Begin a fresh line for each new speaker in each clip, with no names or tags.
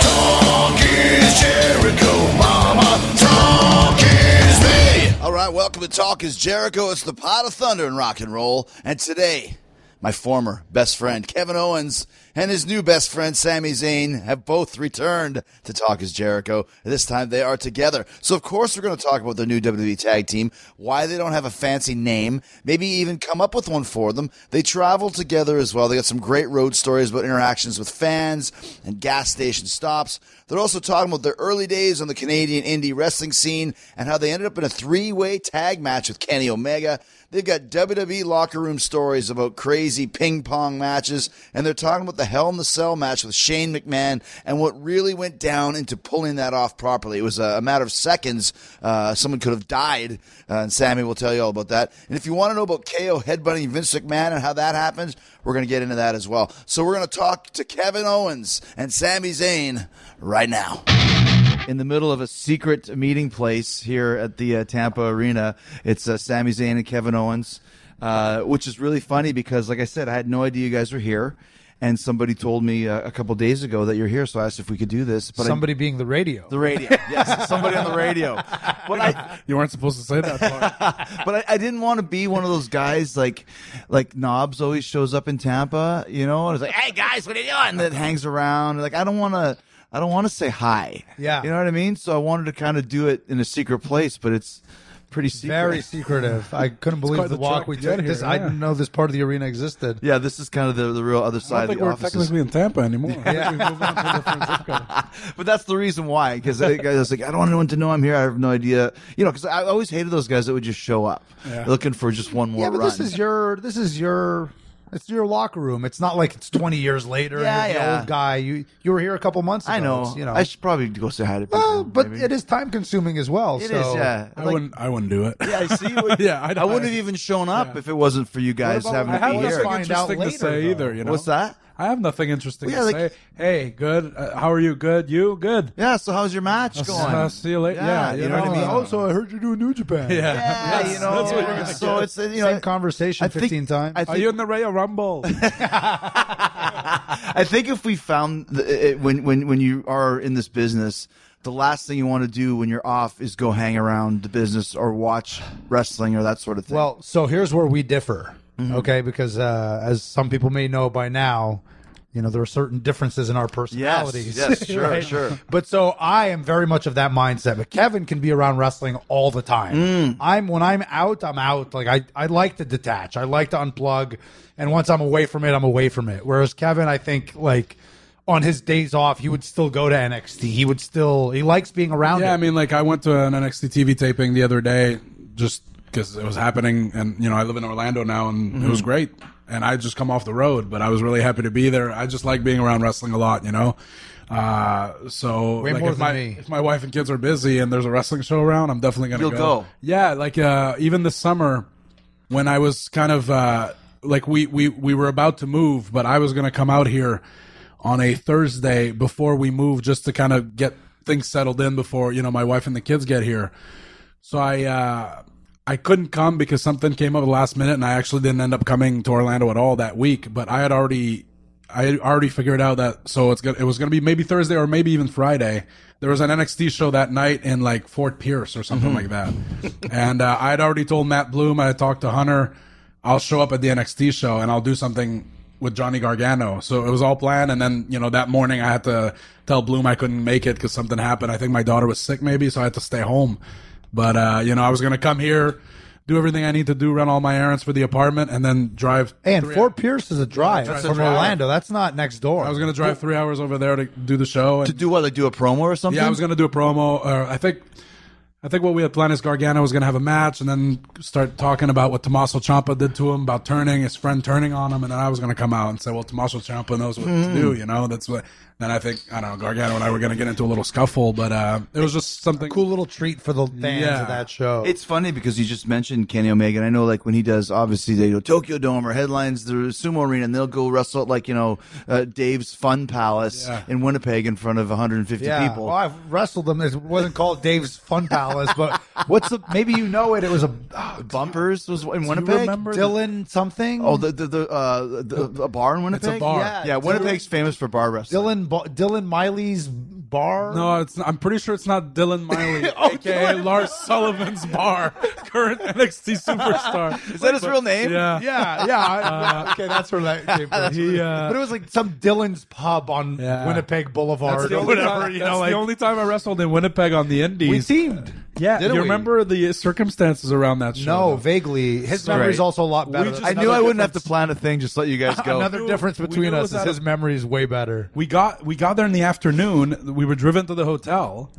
Talk is Jericho, mama. Talk is me.
All right, welcome to Talk is Jericho. It's the pot of thunder in rock and roll. And today, my former best friend Kevin Owens and his new best friend Sami Zayn have both returned to Talk is Jericho. This time they are together. So, of course, we're going to talk about their new WWE tag team, why they don't have a fancy name, maybe even come up with one for them. They travel together as well. They got some great road stories about interactions with fans and gas station stops. They're also talking about their early days on the Canadian indie wrestling scene and how they ended up in a three way tag match with Kenny Omega. They've got WWE locker room stories about crazy ping pong matches, and they're talking about the Hell in the Cell match with Shane McMahon and what really went down into pulling that off properly. It was a, a matter of seconds. Uh, someone could have died, uh, and Sammy will tell you all about that. And if you want to know about KO headbutting Vince McMahon and how that happened, we're going to get into that as well. So we're going to talk to Kevin Owens and Sami Zayn right now.
in the middle of a secret meeting place here at the uh, Tampa Arena. It's uh, Sami Zayn and Kevin Owens, uh, which is really funny because, like I said, I had no idea you guys were here. And somebody told me uh, a couple days ago that you're here, so I asked if we could do this. But I-
somebody being the radio.
the radio, yes, somebody on the radio. But I,
You weren't supposed to say that part.
but I, I didn't want to be one of those guys like, like Knobs always shows up in Tampa, you know, and it's like, hey guys, what are you doing? And then hangs around. Like I don't want to, I don't want to say hi.
Yeah.
you know what I mean. So I wanted to kind of do it in a secret place, but it's pretty secret.
Very secretive. I couldn't believe
quite
the
the
walk
trek
we
to get
did. This,
here,
I
yeah.
didn't know this part of the arena existed.
yeah, this is kind of the, the real other
I
side
don't
of
think
the
we're
offices.
technically in Tampa anymore.
Yeah.
We've moved on to a different zip code.
But that's the reason why, because I, I was like, I don't want anyone to know I'm here. I have no idea, you know, because I always hated those guys that would just show up
Yeah.
looking for just one more
Yeah, but
run.
this is your this is your it's your locker room. It's not like it's twenty years later.
Yeah,
and you're
yeah.
The old guy. You you were here a couple months. ago.
I know.
It's, you know.
I should probably go say hi to people.
well, but
maybe.
it is time consuming as well.
It is,
so
yeah.
I
Like-
wouldn't. I wouldn't do it.
Yeah, I see. What,
Yeah, I
I,
don't-
wouldn't have even shown up if it wasn't for you guys
about-
having
I
to
have
be
Well,
nothing
here.
find out
interesting to
later,
say
though.
either. You know
What's that?
I have nothing interesting
Well,
to
yeah, like-
say. Hey, good. Uh, how are you? Good. You good?
Yeah. So how's your match
I'll s-
going?
I'll see you later.
Yeah,
Yeah, uh,
you know what I mean?
Oh, so I heard you're doing New Japan.
Yeah.
yeah, you know.
that's what you're gonna
so it's you know.
Same conversation
I think-
fifteen times.
I
Are
think-
you in the Royal Rumble?
I think if we found the, it, when when when you are in this business, the last thing you want to do when you're off is go hang around the business or watch wrestling or that sort of thing.
Well, so here's where we differ,
Mm-hmm.
okay? Because uh, as some people may know by now, you know there are certain differences in our personalities.
yes, sure, sure.
But so I am very much of that mindset. But Kevin can be around wrestling all the time.
Mm.
I'm when I'm out, I'm out. Like I, I like to detach. I like to unplug. And once I'm away from it, I'm away from it. Whereas Kevin, I think like on his days off, he would still go to NXT. He would still he likes being around.
Yeah,
it.
I mean, like I went to an NXT TV taping the other day just because it was happening, and you know I live in Orlando now, and it
Mm-hmm.
was great. And I just come off the road, but I was really happy to be there. I just like being around wrestling a lot, you know. Uh, so
Way
like,
more
if
than
my
me.
if my wife and kids are busy and there's a wrestling show around, I'm definitely gonna
You'll go.
Yeah, like uh, even this summer when I was kind of uh, like we, we we were about to move, but I was gonna come out here on a Thursday before we move just to kind of get things settled in before you know my wife and the kids get here. So I uh, I couldn't come because something came up at the last minute, and I actually didn't end up coming to Orlando at all that week. But I had already, I had already figured out that so it's gonna, it was going to be maybe Thursday or maybe even Friday. There was an NXT show that night in like Fort Pierce or something like that, and uh, I had already told Matt Bloom. I had talked to Hunter. I'll show up at the NXT show and I'll do something with Johnny Gargano. So it was all planned. And then, you know, that morning I had to tell Bloom I couldn't make it because something happened. I think my daughter was sick maybe, so I had to stay home. But, uh, you know, I was going to come here, do everything I need to do, run all my errands for the apartment, and then drive.
And
three-
Fort Pierce is a drive
that's a
from
drive.
Orlando. That's not next door.
I was going to drive three hours over there to do the show. And,
To do what? Like do a promo or something?
yeah, I was going to do a promo. Uh, I think. I think what we had planned is Gargano was going to have a match and then start talking about what Tommaso Ciampa did to him, about turning his friend turning on him, and then I was going to come out and say, "Well, Tommaso Ciampa knows what to
Mm.
do," you know. That's what. Then I think I don't know. Gargano and I were going to get into a little scuffle, but uh, it was just something
cool little treat for the fans
Yeah.
of that show.
It's funny because you just mentioned Kenny Omega, and I know like when he does, obviously they go Tokyo Dome or headlines the sumo arena, and they'll go wrestle at like you know uh, Dave's Fun Palace
Yeah.
in Winnipeg in front of 150
yeah.
people.
Well, I've wrestled them. It wasn't called Dave's Fun Palace, but what's the? Maybe you know it. It was a oh,
Bumpers was in Winnipeg.
remember the-
Dylan something.
Oh, the the the, uh, the, the bar in Winnipeg.
bar.
Yeah,
Yeah,
yeah
Dylan-
Winnipeg's famous for bar wrestling.
Dylan Ba- Dylan Miley's bar.
No, it's not, I'm pretty sure it's not Dylan Miley,
Oh,
aka Lars Sullivan's bar, current NXT superstar.
Is that his real name?
Yeah, Uh,
Yeah, yeah. I- okay, that's where that came from.
He, uh,
but it was like some Dylan's pub on
Yeah.
Winnipeg Boulevard
the
or
only
whatever.
time-
you
that's
know, like
the only time I wrestled in Winnipeg on the Indies.
we teamed.
yeah,
didn't
you
we?
remember the circumstances around that show?
No,
though?
vaguely. His memory's
Right.
also a lot better.
just-
That's
I knew I
Another
wouldn't have
difference.
to plan a thing. Just let you guys go.
Another
We knew-
difference
we
between
knew it
us
was
is
out
his
of-
memory is way better.
we got we got there in the afternoon. We were driven to the hotel.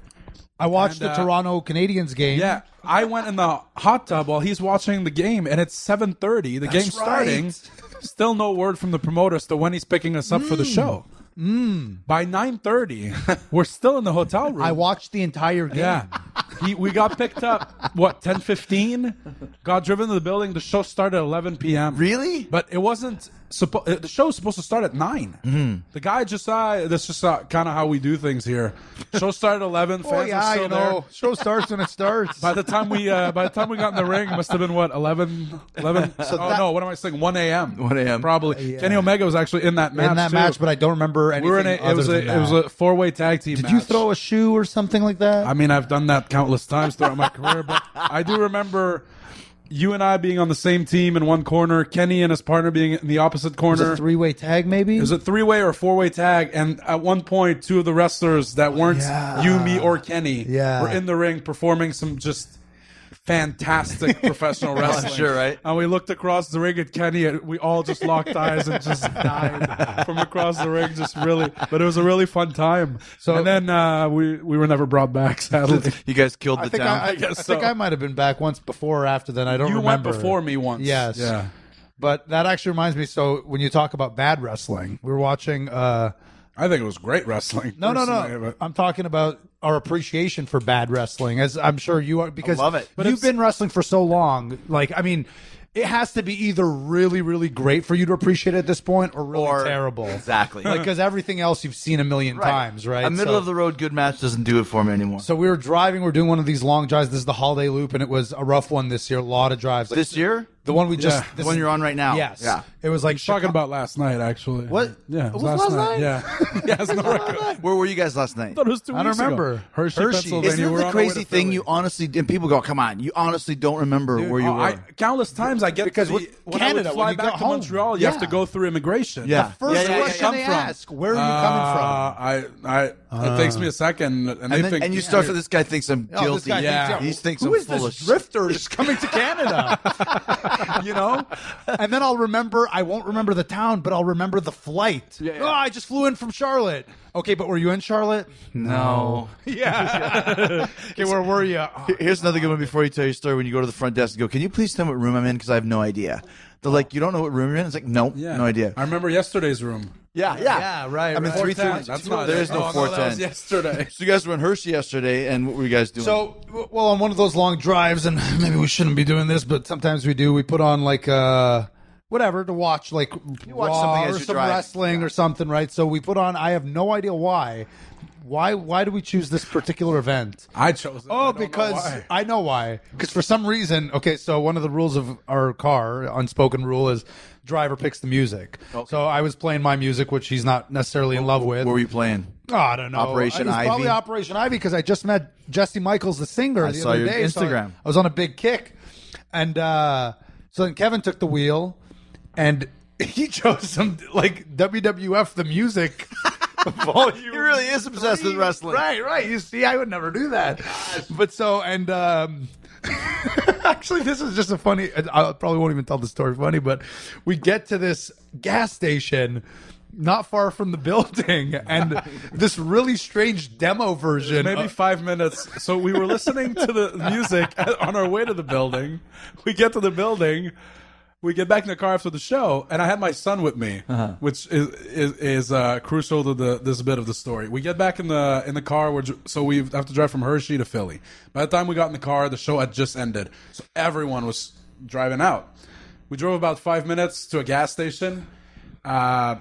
I watched
And,
the
uh,
Toronto Canadians game.
Yeah, I went in the hot tub while he's watching the game, and it's seven thirty. The game's starting. Still no word from the promoter as to when he's picking us up for
Hmm.
the show. By nine thirty, we're still in the hotel room.
I watched the entire game.
Yeah. He, we got picked up what 10:15 got driven to the building the show started at 11 p.m.
Really?
But it wasn't suppo- uh, the show was supposed to start at 9.
Mm-hmm.
The guy just uh, that's just uh, kind of how we do things here. Show started at 11 fans
Oh
are
yeah,
still
you
there.
know, show starts when it starts.
By the time we uh, by the time we got in the ring, it must have been what 11, 11 oh
that-
no, what am I saying? 1 a.m.
1 a.m..
Probably. Kenny Omega was actually in that match
Uh, in that
too.
match, but I don't remember anything.
we were in a,
other
it was
than
a it was
that.
a four-way tag team
Did you
match.
throw a shoe or something like that?
I mean, I've done that countless times throughout my career, but I do remember you and I being on the same team in one corner, Kenny and his partner being in the opposite
it was
corner.
a three-way tag, maybe.
It was a three-way or four-way tag, and at one point, two of the wrestlers that weren't
Yeah.
you, me, or Kenny
Yeah.
were in the ring performing some just fantastic professional wrestling.
sure, right?
And we looked across the ring at Kenny, and we all just locked eyes and just died from across the ring. Just really, but it was a really fun time. So and then uh, we we were never brought back, sadly.
you guys killed the
I think
town.
I, I,
guess
I think
so.
I might have been back once before or after then. I don't
you
remember.
went before me once.
Yes.
Yeah.
But that actually reminds me. So when you talk about bad wrestling, we were watching. Uh,
I think it was great wrestling.
no, no,
personally,
no.
but-
I'm talking about our appreciation for bad wrestling, as I'm sure you are, because
love it. But
you've been wrestling for so long. Like, I mean, it has to be either really, really great for you to appreciate it at this point, or really
Or-
terrible.
Exactly.
Like, because everything else you've seen a million times, right?
A middle
So-
of the road good match doesn't do it for me anymore.
So we were driving. We are doing one of these long drives. This is the holiday loop, and it was a rough one this year. A lot of drives. Like,
this year,
the one we just
Yeah.
this
the one
is-
you're on right now.
Yes.
Yeah.
It was like
Talking about last night, actually.
What?
Yeah.
It was last night?
Yeah. yeah. It's not record. I
Where were you guys last night?
thought it was two
I don't
weeks ago.
remember.
Hershey,
Hershey.
Pennsylvania.
Isn't
We're
that
on
the
our way
crazy
to
thing?
Philly.
You honestly, and people go, "Come on, you honestly don't remember where you
Oh,
were."
I, countless times I get
Because
the-
with
when
Canada,
I
when
would fly
you
back
go
to
home.
Montreal, you have to
Yeah.
go through immigration.
Yeah.
first
Yeah, yeah, yeah,
question
yeah.
they
Come from.
ask. Where are you
Uh,
coming from?
I, I, it takes me a second, Uh, and, they
and, then,
think
and you start with this guy thinks I'm
Oh, this
guilty.
guy
Yeah.
thinks,
He thinks
who
I'm
is
full
this
of
drifter just coming to Canada? you know, and then I'll remember. I won't remember the town, but I'll remember the flight.
Yeah, yeah.
Oh, I just flew in from Charlotte. Okay, but were you in Charlotte?
no.
Yeah. okay, where were you? Oh,
Here's another good one before you tell your story. When you go to the front desk and go, "Can you please tell me what room I'm in? Because I have no idea." They're like, "You don't know what room you're in?" It's like, "Nope,
Yeah.
no idea."
I remember yesterday's room.
yeah, yeah,
Yeah, right,
I mean,
right.
three
410.
three.
That's not
There
it.
is no
Oh,
four
that was
ten.
yesterday.
So you guys were in Hershey yesterday, and what were you guys doing?
So, w- well, on one of those long drives, and maybe we shouldn't be doing this, but sometimes we do. We put on like uh, whatever to watch, like
watch
Raw
something
or
as you
some
drive.
wrestling or something, right? So we put on. I have no idea why. Why? Why do we choose this particular event?
I chose. It. I
Oh,
don't know
because
why.
I know why. Because for some reason, okay, so one of the rules of our car, unspoken rule, is driver picks the music. So I was playing my music, which he's not necessarily in love with.
What were you playing?
Oh, I don't know.
Operation
It was
Ivy?
Probably Operation Ivy because I just met Jesse Michaels, the singer,
I
the
saw
other
your
day. so
Instagram.
I, I was on a big kick, and uh, so then Kevin took the wheel, and he chose some like WWF the music. Volume
He really is obsessed with
three.
wrestling.
Right, right. You see, I would never do that. But so, and um, actually, this is just a funny. I probably won't even tell the story funny, but we get to this gas station. Not far from the building, and this really strange demo version.
maybe
of-
five minutes. So we were listening to the music on our way to the building. We get to the building. We get back in the car after the show, and I had my son with me, which is is, is uh, crucial to the this bit of the story. We get back in the in the car. We're, dr- so we have to drive from Hershey to Philly. By the time we got in the car, the show had just ended, so everyone was driving out. We drove about five minutes to a gas station. Uh,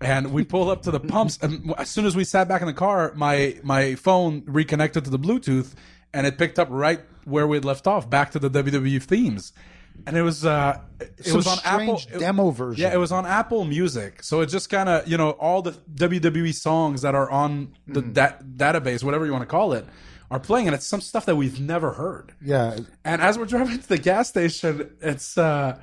and we pull up to the pumps and as soon as we sat back in the car my my phone reconnected to the bluetooth and it picked up right where we'd left off back to the wwe themes and it was uh it
Some
was on apple
strange
it-
demo version.
yeah it was on apple music so it just kind of you know all the wwe songs that are on the
Hmm.
that database whatever you want to call it are playing and it's some stuff that we've never heard
yeah,
and as we're driving to the gas station, it's uh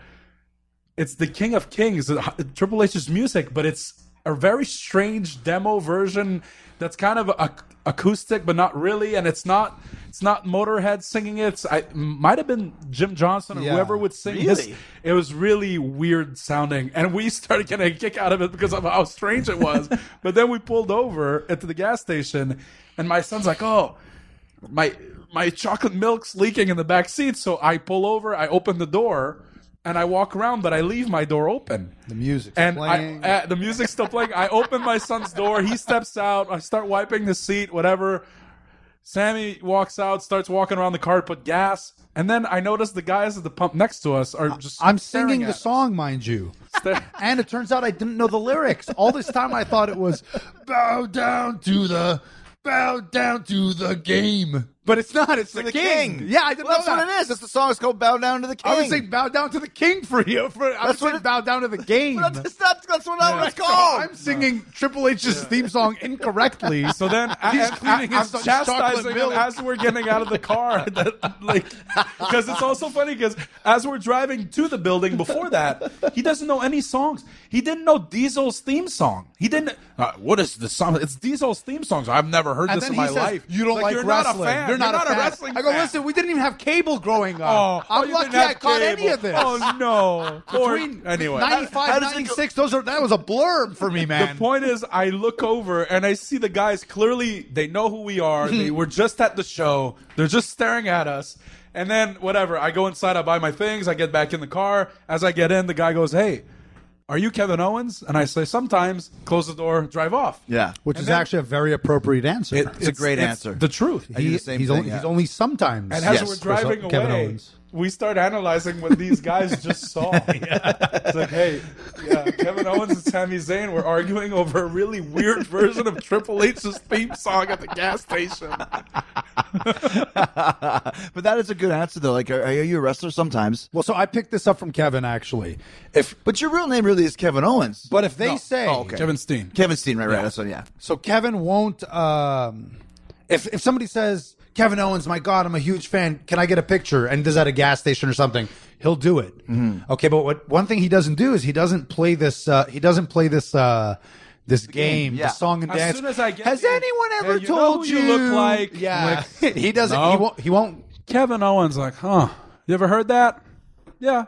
it's the King of Kings, uh, Triple H's music, but it's a very strange demo version that's kind of ac- acoustic, but not really, and it's not it's not Motorhead singing it. It's, I might have been Jim Johnson or
Yeah.
whoever would sing
Really?
this. It was really weird sounding, and we started getting a kick out of it because of how strange it was. but then we pulled over into the gas station, and my son's like, "Oh, my my chocolate milk's leaking in the back seat, so I pull over, I open the door, and I walk around, but I leave my door open. The
music's
and
playing.
I, uh, the music's still playing. I open my son's door, he steps out, I start wiping the seat, whatever. Sammy walks out, starts walking around the car, to put gas, and then I notice the guys at the pump next to us are just.
I'm
staring
singing
at
the
us.
song, mind you.
Stare-
And it turns out I didn't know the lyrics. All this time I thought it was bow down to the bow down to the game. But it's not, it's the, king. Yeah, I didn't
Well,
know
that's
that.
what it is. It's the song. It's called "Bow Down to the King."
I would say bow down to the king for you. For, I would
That's what
say
it-
bow down to the game.
But that's, that's, that's what I was
So
called.
I'm singing Triple H's theme song incorrectly.
So then I,
He's
am
cleaning his son's
chastising
chocolate
him
milk.
as we're getting out of the car. That, like, because it's also funny because as we're driving to the building before that, he doesn't know any songs. He didn't know Diesel's theme song. He didn't. Uh, what is the song? It's Diesel's theme songs. I've never heard
and
this
then
in
he
my
says,
life.
"You don't like,
you're
wrestling.
Not a fan.
You're not, a,
a,
fan.
wrestling.
I go,
fan.
listen, we didn't even have cable growing
Oh,
up.
oh,
I'm
you
lucky
didn't have
I caught any
cable.
of this.
Oh no!
Between
Or- anyway,
95, 96, those are that was a blurb for me, man.
The point is, I look over and I see the guys clearly, they know who we are.
Mhm.
they were just at the show. They're just staring at us. And then, whatever, I go inside, I buy my things, I get back in the car. As I get in, the guy goes, Hey, are you Kevin Owens? And I say, Sometimes, close the door, drive off.
yeah,
Which
And
is
then-
actually a very appropriate answer.
It-
a great answer.
The truth.
I do the
He-
same
he's,
thing,
only,
yeah.
he's only sometimes.
and as
Yes.
we're driving
For Kevin
away,
Owens.
we start analyzing what these guys just saw. It's like, hey, yeah, Kevin Owens and Sami Zayn were arguing over a really weird version of Triple H's theme song at the gas station.
but that is a good answer though. Like, are, are you a wrestler sometimes?
Well, so I picked this up from Kevin actually. If
But your real name really is Kevin Owens.
but if they
No.
say
Oh, okay.
Kevin Steen.
Kevin Steen, right? Right. That's what. Yeah.
so, Kevin won't. Um, if if somebody says Kevin Owens, my God, I'm a huge fan. Can I get a picture? And does at a gas station or something. He'll do it. Okay, but what one thing he doesn't do is he doesn't play this. Uh, he doesn't play this. Uh, this game,
yeah.
the song and
As
dance.
soon as I get
Has
here,
anyone
hey,
ever
you know
told
who you look like?
Yeah, he doesn't.
No.
He won't. He won't
Kevin Owens, like, huh? You ever heard that? Yeah.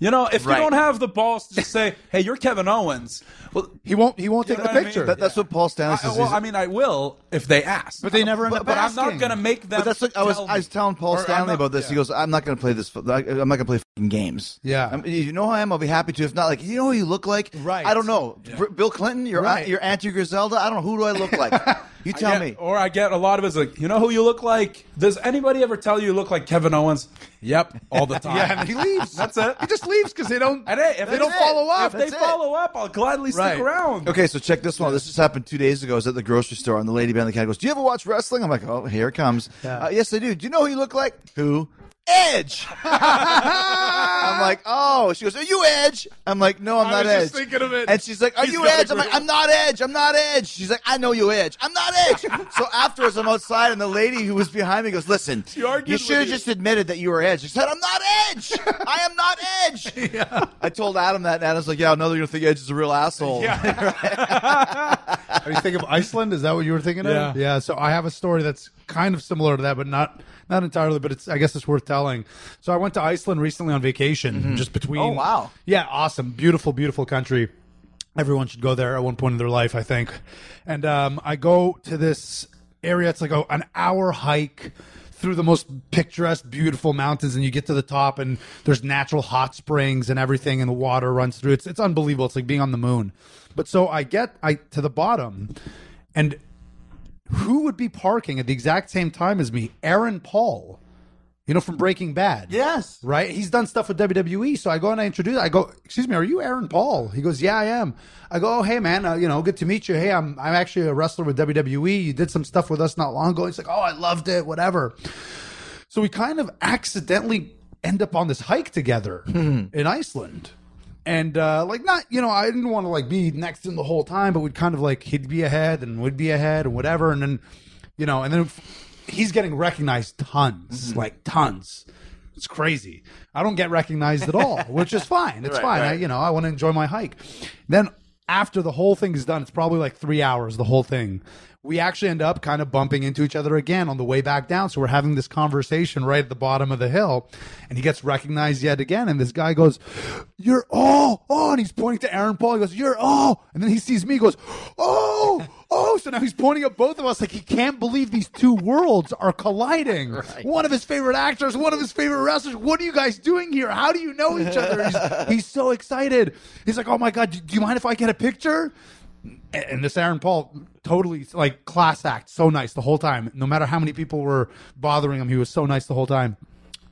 You know, if
Right.
you don't have the balls to just say, "Hey, you're Kevin Owens," well,
He won't. He won't
You
take
know
the
what I
picture.
mean?
That, that's what Paul Stannis
I,
is.
well, I mean, I will if they ask.
But they never end
But,
up
but I'm not
asking.
gonna make them.
but that's like I was.
tell
I was
me.
telling Paul
Or I'm
Stanley
not-
about this. He
yeah.
goes, "I'm not going to play this. I'm not going to play fucking games.
Yeah.
I'm, you know who I am. I'll be happy to. If not, like you know who you look like.
Right.
I don't know. Br- Bill Clinton. Your aunt,
Right.
your auntie Griselda. I don't know who do I look like. You tell
get-
me.
Or I get a lot of it's like, you know who you look like? Does anybody ever tell you you look like Kevin Owens? Yep, all the time.
Yeah, and he leaves. That's it. He just leaves because they don't.
And hey, if they
That's
don't
it.
follow up,
That's
if they
it.
follow up, I'll gladly stick
Right.
around.
Okay, so check this one. out. This just happened two days ago. I was at the grocery store, and the lady behind the counter goes, "Do you ever watch wrestling?" I'm like, "Oh, here it comes."
Yeah.
Uh, yes, I do. Do you know who you look like? Who? Edge. I'm like, oh. She goes, "Are you Edge?" I'm like, "No, I'm
I
not
was
Edge."
just thinking of it.
And she's like, "Are
He's
you
got
Edge?"
the
I'm like,
grin.
"I'm not Edge. I'm not Edge." She's like, "I know you Edge. I'm not Edge." so afterwards, I'm outside, and the lady who was behind me goes, "Listen,
argued
you
with
should have
you.
just admitted that you were Edge." She said, "I'm not Edge. I am not Edge." I told Adam that, and Adam's like, "Yeah, I know they're gonna think Edge is a real asshole."
Are you thinking of Iceland? Is that what you were thinking of?
Yeah.
Yeah. So I have a story that's kind of similar to that, but not not entirely. But it's I guess it's worth telling. So I went to Iceland recently on vacation, just between.
Oh, wow.
Yeah, awesome, beautiful, beautiful country. Everyone should go there at one point in their life, I think. And um, I go to this area. It's like a, an hour hike through the most picturesque, beautiful mountains, and you get to the top, and there's natural hot springs and everything, and the water runs through. It's it's unbelievable. It's like being on the moon. But so I get I to the bottom, and who would be parking at the exact same time as me? Aaron Paul, you know from Breaking Bad.
Yes.
Right? He's done stuff with WWE. So I go and I introduce, I go, excuse me, are you Aaron Paul? He goes, yeah, I am. I go, oh, hey, man, uh, you know, good to meet you. Hey, I'm, I'm actually a wrestler with WWE. You did some stuff with us not long ago. He's like, oh, I loved it, whatever. So we kind of accidentally end up on this hike together in Iceland. And uh, like not, you know, I didn't want to like be next to him the whole time, but we'd kind of like he'd be ahead and would be ahead and whatever, and then, you know, and then f- he's getting recognized tons, like tons. It's crazy. I don't get recognized at all, which is fine. It's fine. I, you know, I want to enjoy my hike. Then after the whole thing is done, it's probably like three hours, the whole thing. We actually end up kind of bumping into each other again on the way back down. So we're having this conversation right at the bottom of the hill, and he gets recognized yet again. And this guy goes, You're oh, oh, and he's pointing to Aaron Paul. He goes, You're oh. And then he sees me, he goes, Oh, oh. So now he's pointing at both of us like he can't believe these two worlds are colliding. One of his favorite actors, one of his favorite wrestlers. What are you guys doing here? How do you know each other? He's, he's so excited. He's like, Oh my God, do, do you mind if I get a picture? and and this Aaron Paul totally like class act, so nice the whole time. No matter how many people were bothering him, he was so nice the whole time.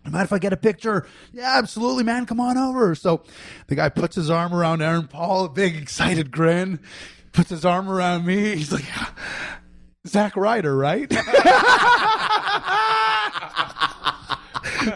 No matter if I get a picture, yeah, absolutely, man, come on over. So the guy puts his arm around Aaron Paul, a big excited grin, puts his arm around me. He's like, Zack Ryder, right?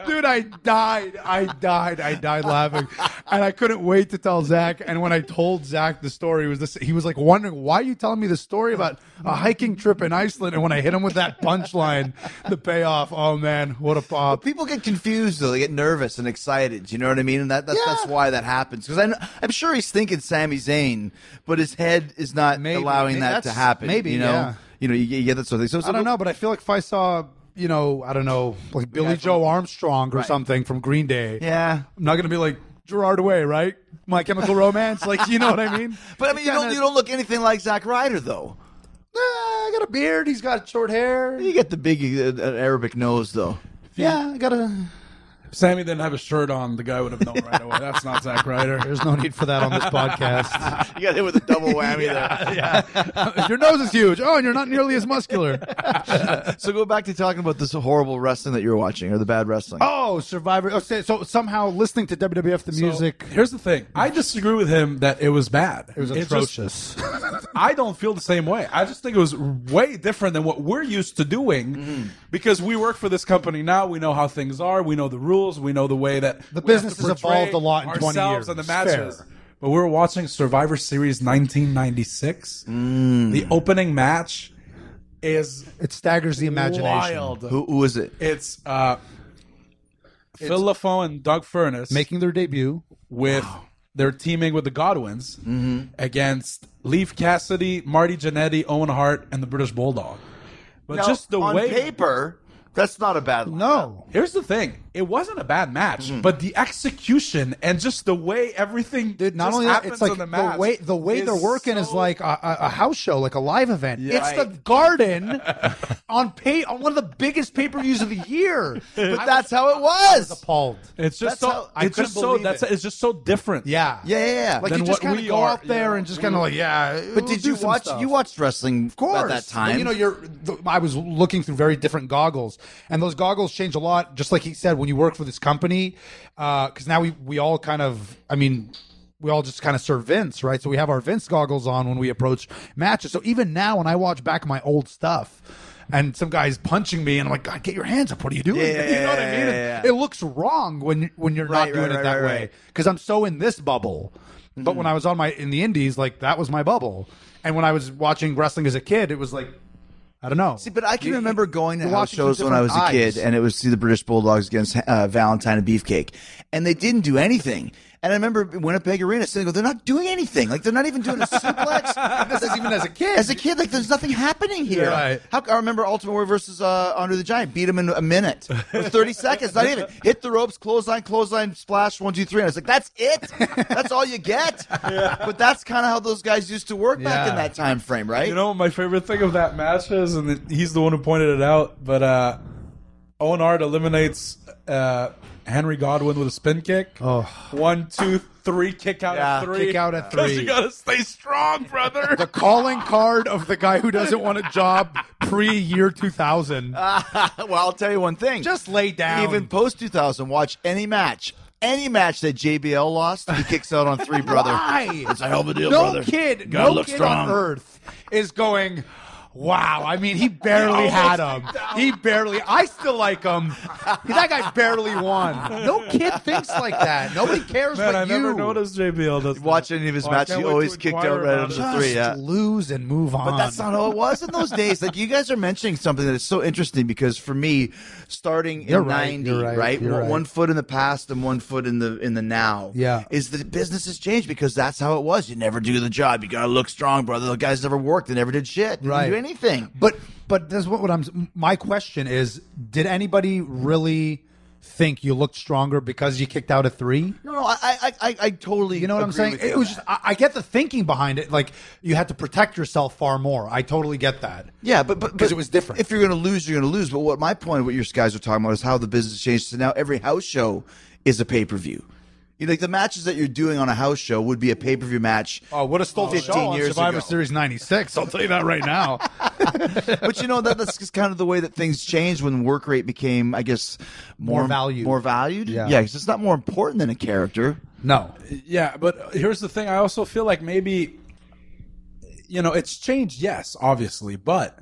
Dude, I died. I died. I died laughing. And I couldn't wait to tell Zach. And when I told Zach the story, it was this he was like wondering, why are you telling me the story about a hiking trip in Iceland? And when I hit him with that punchline, the payoff, oh man, what a pop.
People get confused though; they get nervous and excited. You know what I mean? And that, that's that's
Yeah.
why that happens. Because I'm sure he's thinking Sami Zayn, but his head is not
Maybe.
allowing
Maybe
that to
that's-
happen.
maybe,
you know,
yeah.
you know, you, get- you get that sort of thing. So, so
I don't know, but I feel like if I saw, you know, I don't know, like Billy Joe Armstrong or something from Green Day,
Yeah,
I'm not gonna be like Gerard Way, right? My chemical romance, like you know what I mean?
but I mean, you
Kinda-
don't you don't look anything like Zack Ryder though.
Nah, I got a beard. He's got short hair.
You get the big uh, uh, Arabic nose though.
Yeah, I got a.
If Sammy didn't have a shirt on, the guy would have known right away. That's not Zack Ryder.
There's no need for that on this podcast.
You got hit with a double whammy
your nose is huge. Oh, and you're not nearly as muscular.
there. So go back to talking about this horrible wrestling that you're watching or the bad wrestling.
Oh, Survivor. Oh, so, so somehow listening to WWF the music.
So, here's the thing. I disagree with him that it was bad. It
was
just-
atrocious.
I don't feel the same way. I just think it was way different than what we're used to doing because we work for this company now. We know how things are. We know the rules. We know the way that
The
we have
business
to
has
portray
evolved a lot in 20
ourselves
years.
And the
Fair.
matches. But we were watching Survivor Series 1996. The opening match is
it staggers the imagination.
wild.
Who, who is it?
It's uh, Phil LaFoe and Doug Furness
Making their debut.
with they're teaming with the Godwins
Mm-hmm.
against Leaf Cassidy, Marty Jannetty, Owen Hart, and the British Bulldog. But
Now,
just the
on
way
paper, that's not a bad. Line.
No.
here's the thing. It wasn't a bad match,
Mm-hmm.
but the execution and just the way everything
Dude, not
just
only that,
happens
it's like
on the
the,
match.
way the way
is
they're working is
so-
like a, a, a house show, like a live event. It's the
Right.
Garden on pay on one of the biggest pay per views of the year. But that's how it was. appalled.
It's
That's
just so.
how- I
it's just
couldn't
so.
believe
That's
it.
it's just so different.
Yeah,
Yeah, yeah, yeah.
Like
Than
you just
what
kind of
we
go
are,
out there
yeah.
and just kind of like, yeah.
but did you watch? You watched wrestling
Of course.
at that time.
But, you know, you're. th- I was looking through very different goggles, and those goggles change a lot. Just like he said, when you work for this company, because now we we all kind of, I mean, we all just kind of serve Vince, right? So we have our Vince goggles on when we approach matches. So even now, when I watch back my old stuff. And some guy's punching me, and I'm like, God, get your hands up! What are you doing?
Yeah,
you know what I mean?
yeah, yeah, yeah.
It looks wrong when when you're
Right,
not doing
right,
it
right,
that
right,
way
right. Mm-hmm.
because I'm so in this bubble. But when I was on my in the indies, like that was my bubble. And when I was watching wrestling as a kid, it was like I don't know.
See, but I can
You-
remember going to
you're
house
watching
shows
through
when I was a
different
kid,
eyes.
and it was see the British Bulldogs against uh, Valentine and Beefcake, and they didn't do anything. And I remember Winnipeg Arena saying, "They're not doing anything. Like they're not even doing a suplex."
this is even as a kid.
As a kid, like there's nothing happening here.
Yeah, right.
How, I remember Ultimate Warrior versus uh, Andre the Giant beat him in a minute, or 30 seconds, not even. Hit the ropes, clothesline, clothesline, splash, one, two, three. And I was like, that's it. That's all you get. But that's kind of how those guys used to work back
Yeah.
in that time frame, right?
You know what my favorite thing of that match is, and it- he's the one who pointed it out. But uh, Owen Hart eliminates uh, Henry Godwin with a spin kick. Oh. One, two, three, kick out
Yeah,
at three.
kick out at
'Cause
three.
You gotta stay strong, brother.
the calling card of the guy who doesn't want a job pre year 2000.
well, I'll tell you one thing.
Just lay down.
Uh, Even post 2000, watch any match. Any match that JBL lost, he kicks out on three, brother.
Why?
It's a hell of a deal,
no
brother.
kid,
Gotta
no
look
kid
strong.
on earth is going. Wow, I mean, he barely had him. He barely. I still like him. That guy barely won. No kid thinks like that. Nobody cares
Man,
but
I
you.
never noticed JBL does that.
Watch any of his
Oh, I
matches,
can't
he
wait to
always kicked
inquire
out right
about
after
it.
Just
three, yeah.
lose and move on.
But that's not how it was in those days. Like you guys are mentioning something that is so interesting because for me, starting in
You're right,
ninety,
you're right, you're
one,
right.
one foot in the past and one foot in the in the now.
Yeah.
is that business has changed because that's how it was. You never do the job. You gotta look strong, brother. The guys never worked. They never did shit. They
Right.
Didn't do anything.
But but that's what, what I'm. My question is: Did anybody really think you looked stronger because you kicked out a three?
No, no, I, I, I, I totally.
You know what I'm
agree
saying?
with you
It
on
was
that.
just. I, I get the thinking behind it. Like you had to protect yourself far more. I totally get that.
Yeah, but but
'Cause
but
it was different.
If you're going to lose, you're going to lose. But what my point, what your guys are talking about, is how the business changed. So now every house show is a pay per view. You know, like the matches that you're doing on a house show would be a pay per view match.
Oh, would have stole the
15
show on
years
Survivor
ago.
Series '96. I'll tell you that right now.
but you know that that's just kind of the way that things changed when work rate became, I guess, more,
More valued.
More valued.
Yeah.
yeah, 'cause it's not more important than a character.
no,
Yeah, but here's the thing. I also feel like maybe, you know, it's changed, yes, obviously, but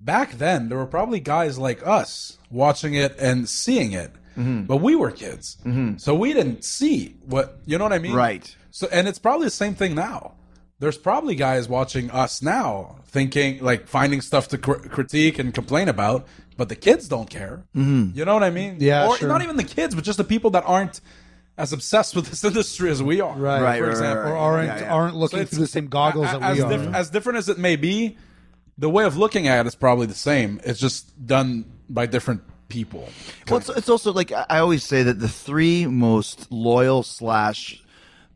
back then there were probably guys like us watching it and seeing it, but we were kids, so we didn't see what you know what I mean,
Right.
So, and it's probably the same thing now. There's probably guys watching us now, thinking like finding stuff to cr- critique and complain about, but the kids don't care. You know what I mean?
Yeah,
or
sure.
not even the kids, but just the people that aren't as obsessed with this industry as we are.
Right. Right,
For
right, right,
example,
or
Yeah,
aren't
yeah.
aren't looking
it's-
through the same goggles
A-
that
as
we are.
diff- as different as it may be, the way of looking at it is probably the same. It's just done by different people.
Well, it's, it's also like I I always say that the three most loyal slash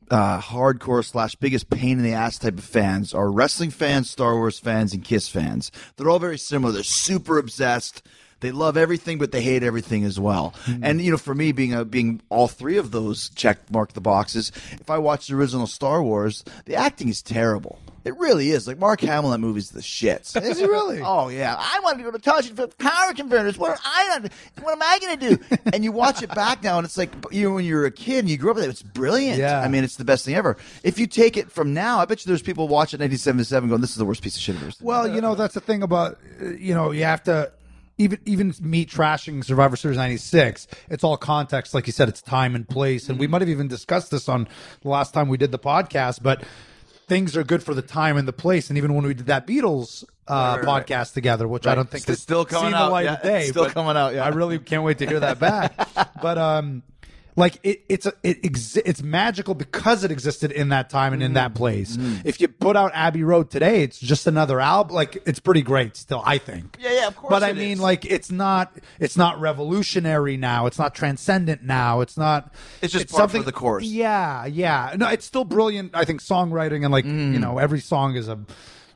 uh, hardcore slash biggest pain in the ass type of fans are wrestling fans, Star Wars fans, and Kiss fans. They're all very similar. They're super obsessed. They love everything, but they hate everything as well.
Hmm.
And you know, for me, being a, being all three of those check mark the boxes. If I watch the original Star Wars, the acting is terrible. It really is. Like Mark Hamill, in that movie's the shit.
Is he really?
Oh yeah, I wanted to go to college for power converters. What am I? not- What am I going to do? And you watch it back now, and it's like you know, when you were a kid and you grew up with it, it's brilliant.
Yeah.
I mean, it's the best thing ever. If you take it from now, I bet you there's people watching 1977 going, "This is the worst piece of shit I've ever." seen."
Well, you know that's the thing about uh, you know you have to even even me trashing Survivor Series '96. It's all context, like you said. It's time and place,
Mm-hmm.
and we might have even discussed this on the last time we did the podcast. But things are good for the time and the place. And even when we did that Beatles uh, podcast together, which I don't think
It's
has
still coming
seen
out,
the light
yeah.
of day,
It's still
but
coming out, yeah.
I really can't wait to hear that back. but um, Like it, it's a, it exi- it's magical because it existed in that time and in that
Mm-hmm.
place. If you put out Abbey Road today, it's just another album. Like it's pretty great still, I think.
Yeah, yeah, of course
But I
it
mean,
is.
like it's not it's not revolutionary now. It's not transcendent now. It's not.
It's just par for the course.
Yeah, yeah. No, it's still brilliant. I think songwriting and like
Mm.
you know every song is a.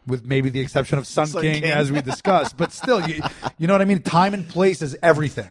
With maybe the exception of Sun,
Sun
King,
King.
as we discussed, but still, you, you know what I mean. Time and place is everything.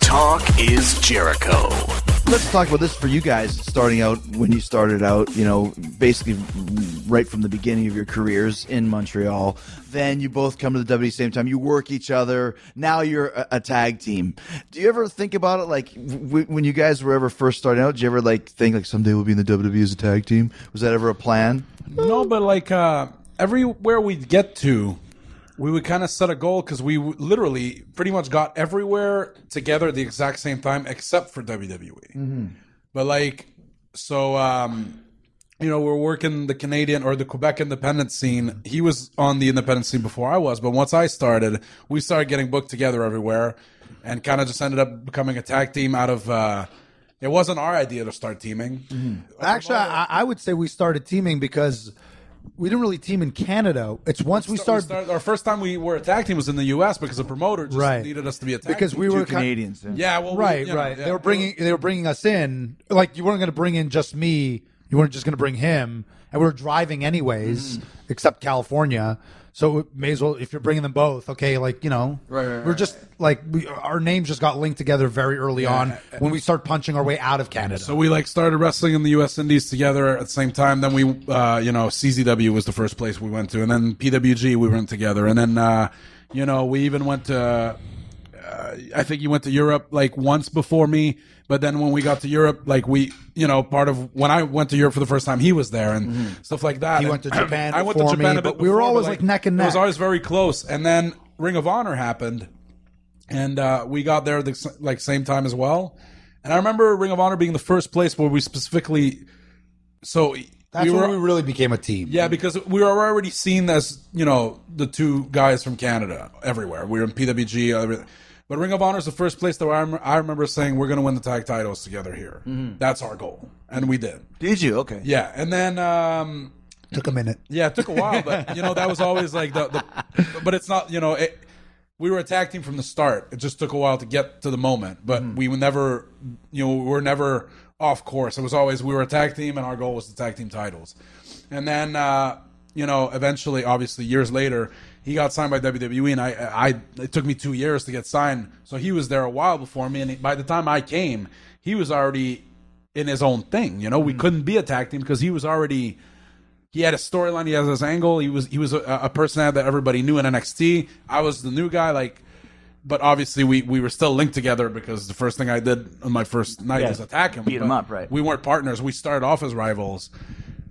Talk is Jericho.
Let's talk about this for you guys starting out when you started out, you know, basically right from the beginning of your careers in Montreal. Then you both come to the W same time. You work each other. Now you're a, a tag team. Do you ever think about it like w- when you guys were ever first starting out? Did you ever like think like someday we'll be in the WWE as a tag team? Was that ever a plan?
No, but like uh, everywhere we'd get to, we would kind of set a goal because we w- literally pretty much got everywhere together at the exact same time, except for WWE. But like, so um, you know, we're working the Canadian or the Quebec independent scene. He was on the independent scene before I was, but once I started, we started getting booked together everywhere, and kind of just ended up becoming a tag team out of. Uh, it wasn't our idea to start teaming.
Actually, I, I would say we started teaming because we didn't really team in Canada. It's once we started
start- we started- our first time we were a tag team was in the U.S. because the promoter just
Right.
needed us to be a tag
because
team.
we were
Two Canadians. yeah.
yeah, well, we-
right,
you know,
right.
yeah.
They were bringing they were bringing us in. Like you weren't going to bring in just me. You weren't just going to bring him. And we were driving
Mm-hmm.
anyways, except California. So it may as well if you're bringing them both, okay? Like you know,
Right, right, right,
we're just like we, our names just got linked together very early on when we start punching our way out of Canada.
So we like started wrestling in the U.S. Indies together at the same time. Then we, uh, you know, CZW was the first place we went to, and then PWG we went together, and then uh, you know we even went to. Uh, I think you went to Europe like once before me, but then when we got to Europe, like we, you know, part of when I went to Europe for the first time, he was there and stuff like
Mm-hmm.
that.
He
And
went to Japan
I went to
before
Japan,
me,
a bit
but we were
before,
always, like, neck and
It was
neck.
always very close, and then Ring of Honor happened, and uh, we got there the s- like same time as well. And I remember Ring of Honor being the first place where we specifically. So
that's
we were
when we really became a team.
yeah, because we were already seen as you know the two guys from Canada everywhere. We were in PWG, everything. But Ring of Honor is the first place that I, rem- I remember saying we're going to win the tag titles together here.
Mm-hmm.
That's our goal, and we did.
Did you? Okay.
Yeah, and then um,
took a minute.
yeah, it took a while, but you know that was always like the. the but it's not you know it, we were a tag team from the start. It just took a while to get to the moment, but we were never you know we were never off course. It was always we were a tag team, and our goal was the tag team titles. And then uh, you know eventually, obviously, years later. He got signed by WWE, and I, I, it took me two years to get signed. So he was there a while before me, and by the time I came, he was already in his own thing. You know,
Mm.
we couldn't be a tag team because he was already he had a storyline. He has his angle. He was he was a, a personality that everybody knew in NXT. I was the new guy, like, but obviously we we were still linked together because the first thing I did on my first night was attack him,
beat him
But
up, right.
We weren't partners. We started off as rivals,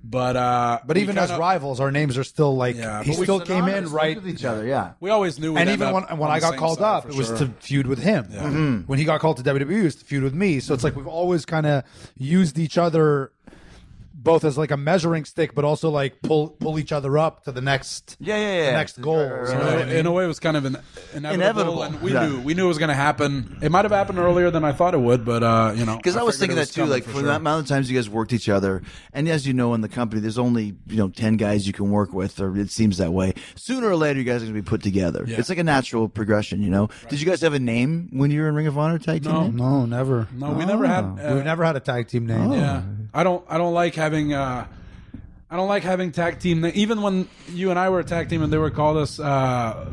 but uh,
But
we
even as
kinda-
rivals, our names are still like
Yeah,
he
but we
still
stood
came
honest
in
with
right
With each other. Yeah.
we always knew. we'd
and
end
even
up
when and when
on
I
the
got
same
called
side,
up,
for
it was
sure.
to feud with him. Mm-hmm. When he got called to WWE, it was to feud with me. So it's like we've always kind of used each other both as like a measuring stick, but also like pull pull each other up to the next
Yeah, yeah, yeah.
the next goal.
Right, right,
You know what I
Uh,
mean?
in a way, it was kind of an, inevitable,
Inevitable.
and we
Yeah.
knew we knew it was going to happen. It might have happened earlier than I thought it would, but uh, you know,
Because I, was thinking
figured it
that too.
coming
Like
for
for
sure.
the amount of times you guys worked each other, and as you know in the company, there's only you know ten guys you can work with, or it seems that way. Sooner or later, you guys are gonna be put together. It's like a natural progression, you know. Did you guys have a name when you were in Ring of Honor tag team?
No.
name?
no, never.
no, we never had. uh,
We've never had a tag team name.
Yeah, I don't. I don't like having. Uh, I don't like having tag team. na- Even when you and I were a tag team, and they were called us. Uh,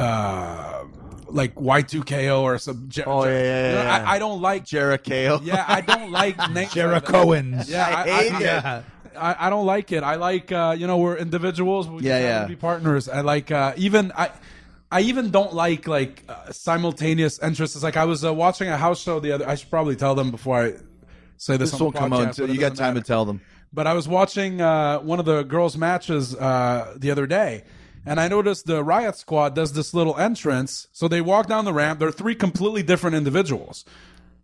uh, like Y2KO or some. Jer-
Oh, yeah, yeah, yeah,
You know,
yeah.
I, I don't like.
Jericho.
yeah, I don't like names.
Jerichoans.
Yeah, I,
hate
I,
it.
Yeah.
I, I don't like it. I like uh, you know we're individuals. But we
Yeah,
yeah,
yeah.
To be partners. I like uh, even I. I even don't like like uh, simultaneous entrances. Like I was uh, watching a house show the other. I should probably tell them before I say this.
This
on the
won't come
podcast,
out until
but it
you got
doesn't
time
matter.
to tell them.
But I was watching uh, one of the girls' matches uh, the other day, and I noticed the Riot Squad does this little entrance. So they walk down the ramp. They're three completely different individuals.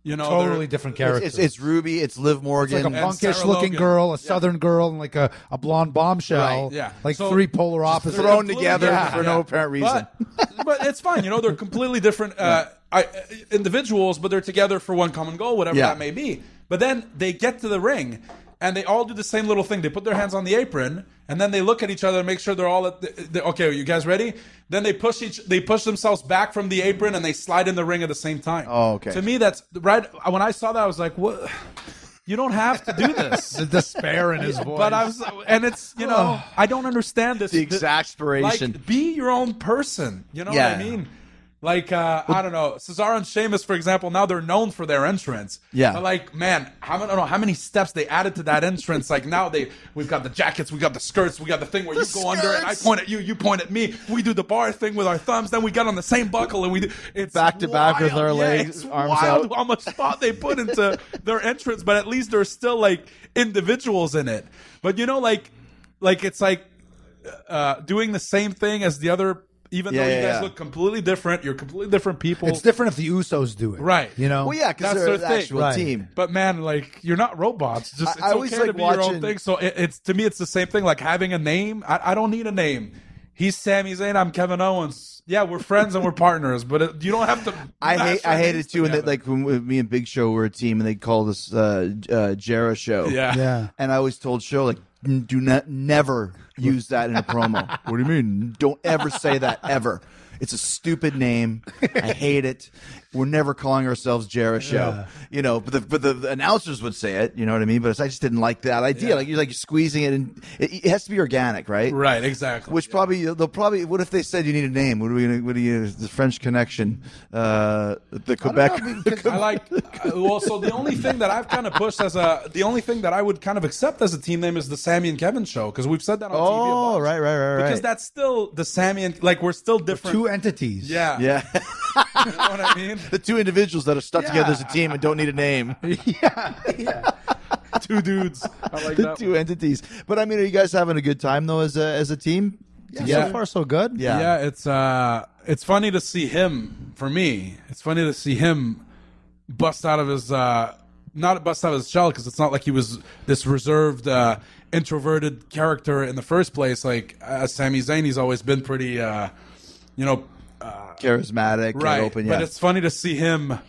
You know, they're-
Totally different characters.
It's, it's, it's Ruby. It's Liv Morgan.
like a
And Sarah
punkish looking
Logan.
girl, a southern girl, and like a, a blonde bombshell.
Right, yeah.
Like
So-
three polar opposites.
thrown
Completely
together
different.
for no apparent reason.
But, but it's fine, you know. They're completely different uh, I, individuals, but they're together for one common goal, whatever
Yeah.
that may be. But then they get to the ring, and they all do the same little thing. They put their hands on the apron, and then they look at each other and make sure they're all at the, the, okay. Are you guys ready? Then they push each. They push themselves back from the apron, and they slide in the ring at the same time.
Oh, okay.
To me, that's right. When I saw that, I was like, what? You don't have to do this.
The despair in his voice.
But I was, and it's you know, I don't understand this.
The
th-
exasperation.
Like, be your own person. You know
Yeah.
what I mean? Like uh, I don't know, Cesaro and Sheamus, for example. Now they're known for their entrance.
Yeah.
But like, man, how many, I don't know how many steps they added to that entrance. like now they, we've got the jackets, we got the skirts, we got the thing where you go under and I point at you, you point at me. We do the bar thing with our thumbs, then we get on the same buckle and we do. It's
Back to back with
wild.
our
Yeah,
legs,
it's
arms
wild
out.
how much thought they put into their entrance, but at least there's still like individuals in it. But you know, like, like it's like uh, doing the same thing as the other, even
Yeah,
though
yeah,
you guys
yeah.
look completely different. You're completely different people.
it's different if the Usos do it.
Right.
You know?
well, yeah, because
That's
they're
their
the
thing.
actual
Right.
team.
But man, like you're not robots. Just
I-
it's
I always
okay to
like
be your
watching-
own thing. So it, it's to me, it's the same thing. Like having a name. I, I don't need a name. He's Sami Zayn. I'm Kevin Owens. Yeah, we're friends and we're partners. But it, you don't have to.
I
mash
hate
our
I hate
names
it too when they,
together.
like when we- me and Big Show were a team and they called us uh, uh Jera Show.
yeah.
Yeah.
And I always told Show like "N- do not never use that in a promo. what do you mean? Don't ever say that ever. It's a stupid name. I hate it. We're never calling ourselves Jera Show. You know, but the but the, the announcers would say it, you know what I mean? But I just didn't like that idea. Like you're like squeezing it and it, it has to be organic, right?
Right. Exactly.
Which probably they'll probably. What if they said you need a name? What are we gonna? What do you? The French Connection, uh, the Quebec.
I like. I- Well, so the only thing that I've kind of pushed as a the only thing that I would kind of accept as a team name is the Sammy and Kevin show because we've said that on TV. a
Oh,
bunch.
right, right, right, right.
Because that's still the Sammy and like we're still different.
Two entities.
yeah.
yeah,
You know what I mean?
the two individuals that are stuck together as a team and don't need a name.
two dudes. I like
the
that.
two entities. But I mean, are you guys having a good time though as a as a team?
So far, so good.
Yeah.
yeah it's uh it's funny to see him for me it's funny to see him bust out of his uh not bust out of his shell because it's not like he was this reserved uh introverted character in the first place like as Sami Zayn he's always been pretty uh you know uh,
charismatic,
right
and open. Yeah,
but it's funny to see him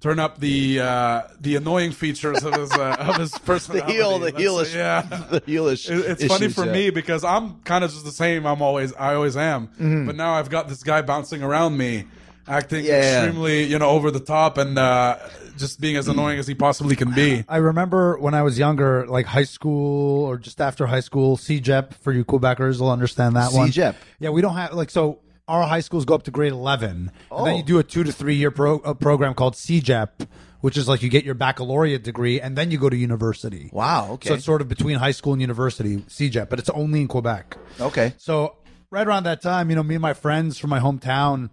turn up the uh the annoying features of his uh, of his
the
personality
heel, the
Let's-
heelish,
yeah
the heelish.
it- it's funny
issues,
for
yeah.
me because I'm kind of just the same. I'm always I always am, but now I've got this guy bouncing around me, acting
Mm-hmm. Yeah, yeah.
extremely you know over the top and uh, just being as annoying as he possibly can be.
I remember when I was younger, like high school or just after high school, CJEP for you Quebecers will understand that one.
CJEP.
Yeah, we don't have like so our high schools go up to grade eleven, and then
Oh.
you do a two to three year pro- a program called CJEP, which is like you get your baccalaureate degree and then you go to university.
Wow, okay.
So it's sort of between high school and university CJEP, but it's only in Quebec.
Okay.
So right around that time, you know, me and my friends from my hometown,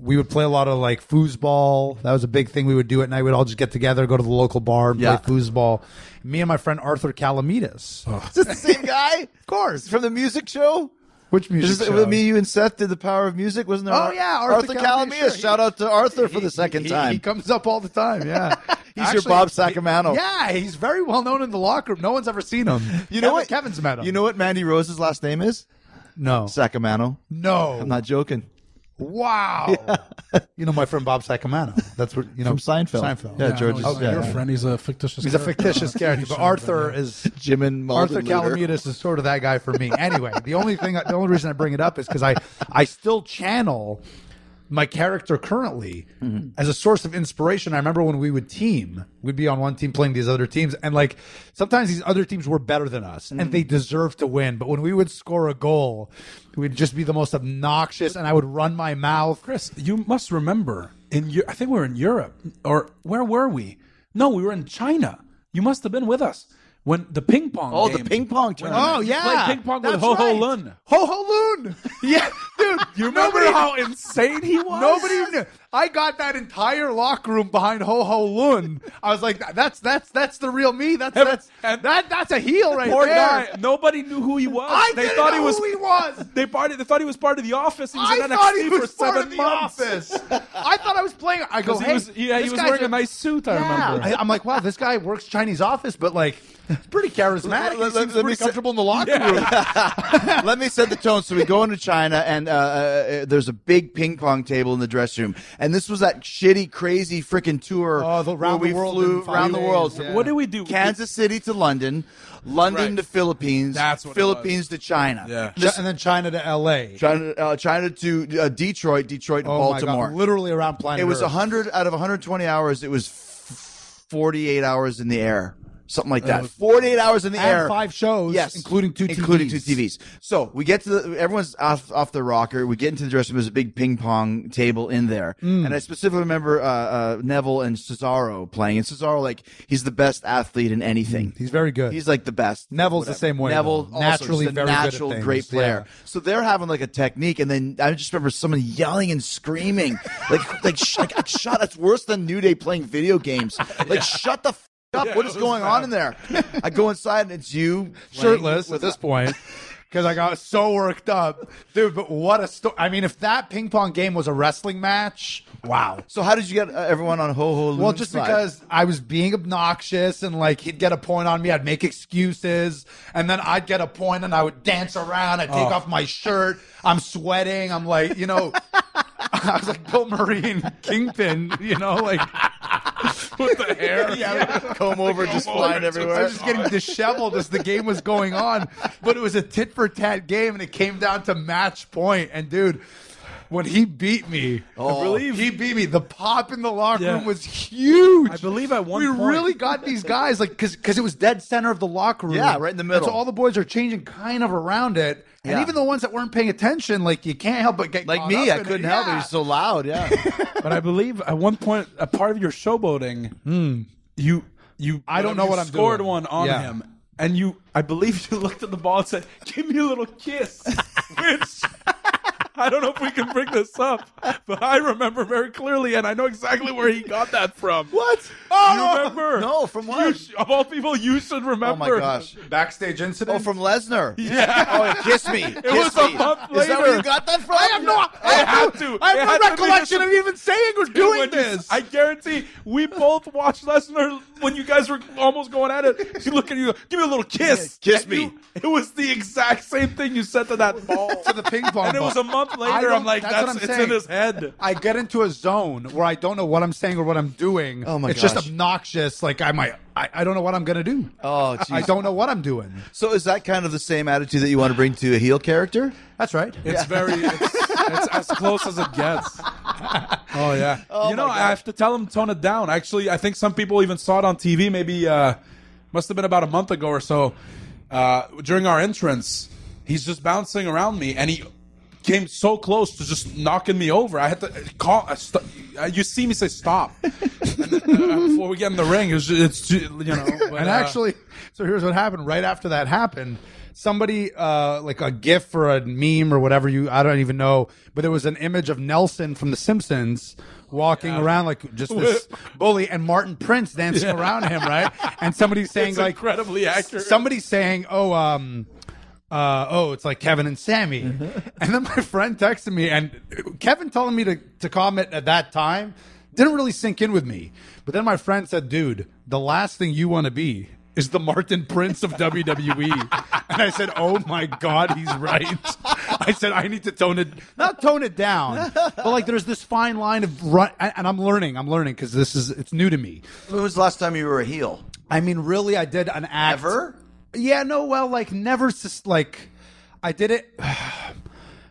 we would play a lot of like foosball. That was a big thing we would do at night. We'd all just get together, go to the local bar, and
Yeah.
play foosball. Me and my friend Arthur Calamitas.
Is this the same guy? of course, from the music show.
Which
Is
music?
this,
show?
Me, you, and Seth did the Power of Music, wasn't there?
Oh, yeah,
Arthur,
Arthur
Calamia.
Calamia, sure.
Shout out to Arthur for the second
He-
time.
He, comes up all the time. Yeah,
He's your Bob Sacramento.
yeah, he's very well known in the locker room. No one's ever seen him.
You know
Kevin-
what
Kevin's met him.
You know what Mandy Rose's last name is?
no,
Sacramento.
no.
I'm not joking.
wow. you know my friend Bob Sacramento. That's what you know
From Seinfeld.
Seinfeld.
Yeah, George's.
Oh,
yeah,
your
yeah.
friend, he's a fictitious.
He's a fictitious character, but Arthur is
Jim and
Arthur
Mulder Luder.
Kalamitis is sort of that guy for me. Anyway, the only thing, the only reason I bring it up is because I, I still channel my character currently
Mm-hmm.
as a source of inspiration. I remember when we would team, we'd be on one team playing these other teams, and like sometimes these other teams were better than us and
Mm-hmm.
they deserved to win. But when we would score a goal, we'd just be the most obnoxious, and I would run my mouth.
Chris, you must remember in Eu- I think we were in Europe or where were we? No, we were in China. You must have been with us. when the ping pong.
Oh, the
game-
ping pong
When-
tournament.
we
Oh, yeah.
played ping pong with
That's
Ho Ho
right.
Lun.
Ho ho loon.
Yeah, dude.
You
Remember how insane he was?
Nobody knew. I got that entire locker room behind Ho Ho Loon. I was like, that's that's that's the real me. That's that's
and-
that that's a heel right
Poor
there.
guy. Nobody knew who he was.
I
they
didn't
thought he
know
was.
who he was.
They party. They thought he was part of the office. He was
I
in
thought
NXT
he
for
was
seven
part of the
months.
office. I thought I was playing. I go,
'Cause he
hey,
was- yeah, he
this
was
guy's
wearing a nice suit, I
Yeah.
remember.
I, am like, wow, this guy works Chinese office, but like, pretty charismatic.
Let-
he
let-
seems
let me
pretty
say-
comfortable in the locker room.
Let me set the tone. So we go into China, and uh, uh, there's a big ping pong table in the dressing room. And this was that shitty, crazy freaking tour
Oh, the
where
round the
we
world
flew
in five
around the world.
days, yeah.
What did we do?
Kansas City to London, London
Right.
to Philippines,
That's what it was.
Philippines to China,
Yeah.
Chi- and then China to L.A.
China, uh, China to uh, Detroit, Detroit to
Oh my God,
Baltimore.
literally around planet.
It was
Earth.
100 out of 120 hours. It was f- 48 hours in the air, something like that. 48 hours in the
And
air.
five shows,
yes,
including two
including
TVs.
two TVs. So we get to the, everyone's off off the rocker. We get into the dressing room. There's a big ping pong table in there,
Mm.
and I specifically remember uh, uh, Neville and Cesaro playing. And Cesaro, like, he's the best athlete in anything.
Mm, He's very good.
He's like the best.
Neville's the same way,
Neville,
though.
also
Naturally
just a
very good at
natural,
things,
great player.
yeah.
So they're having like a technique, and then I just remember someone yelling and screaming, like like sh- like shut. That's worse than New Day playing video games. Like shut the. F- up. what is going on in there? I go inside and it's you playing
shirtless at
with
this point because I got so worked up, dude. But what a story! I mean, if that ping pong game was a wrestling match, wow.
So how did you get uh, everyone on Ho Ho?
Well,
Loon's
just
side?
because I was being obnoxious and like he'd get a point on me, I'd make excuses, and then I'd get a point and I would dance around. I'd take off my shirt. I'm sweating. I'm like, you know, I was like Bill Murray and Kingpin, you know, like
With the hair.
comb over just flying
I
everywhere.
was just getting disheveled as the game was going on, but it was a tit for tat game, and it came down to match point. And dude, when he beat me, I believe he beat me. The pop in the locker
Yeah.
room was huge.
I believe at one
we
point-
really got these guys like because because it was dead center of the locker room.
Yeah, right in the middle.
And so all the boys are changing kind of around it, and
Yeah.
even the ones that weren't paying attention, like you can't help but get
like
caught
me,
up
I
in
couldn't
it.
help it.
Yeah.
It was so loud. Yeah,
But I believe at one point, a part of your showboating, you you.
I don't
whenever
know
you
what I'm
scored
doing.
one on
Yeah.
him, and you. I believe you looked at the ball and said, "Give me a little kiss," which. I don't know if we can bring this up, but I remember very clearly, and I know exactly where he got that from.
What?
Oh, you remember?
No, from
You
what?
sh- of all people, you should remember.
Oh my gosh.
Backstage incident.
Oh, from Lesnar. Yeah. Oh, and kiss me. It
was a month
Is that
later.
where you got that from? I have no.
I have no- I have no recollection of
even saying we're
Dude, when you- I guarantee we both watched Lesnar when you guys were almost going at it. You look at you, give me a little kiss,
Yeah, kiss
And
me.
you- it was the exact same thing you said to that ball.
to the ping pong.
and it
ball.
was a month
I
later.
don't-
I'm like,
that's
that's,
what I'm
it's
saying.
in his head.
I get into a zone where I don't know what I'm saying or what I'm doing.
Oh, my
It's
gosh.
just obnoxious. Like I might, I, I don't know what I'm gonna do.
Oh,
I
jeez.
don't know what I'm doing.
So is that kind of the same attitude that you want to bring to a heel character?
That's right.
It's very, it's, it's as close as it gets. Oh yeah. you know, I have to tell him tone it down. Actually, I think some people even saw it on TV. Maybe uh, must have been about a month ago or so. Uh, during our entrance, he's just bouncing around me, and he came so close to just knocking me over. I had to call. I st- uh, you see me say stop, and then, uh, before we get in the ring. It's, it's you know. but,
and
uh,
actually, so here's what happened. Right after that happened, somebody uh, like a GIF or a meme or whatever you I don't even know, but there was an image of Nelson from The Simpsons walking around like just this bully, and Martin Prince dancing around him, right? And somebody's saying
it's
like
incredibly accurate.
somebody's saying, "Oh, um, uh, oh, it's like Kevin and Sammy,"
Mm-hmm.
and then my friend texted me, and Kevin telling me to to comment at that time didn't really sink in with me. But then my friend said, "Dude, the last thing you want to be." Is the Martin Prince of WWE. and I said, Oh my God, he's right. I said, I need to tone it, not tone it down, but like there's this fine line of run. And and I'm learning, I'm learning because this is, it's new to me.
When was the last time you were a heel?
I mean, really, I did an act.
Ever?
Yeah, no, well, like never. Sus- like, I did it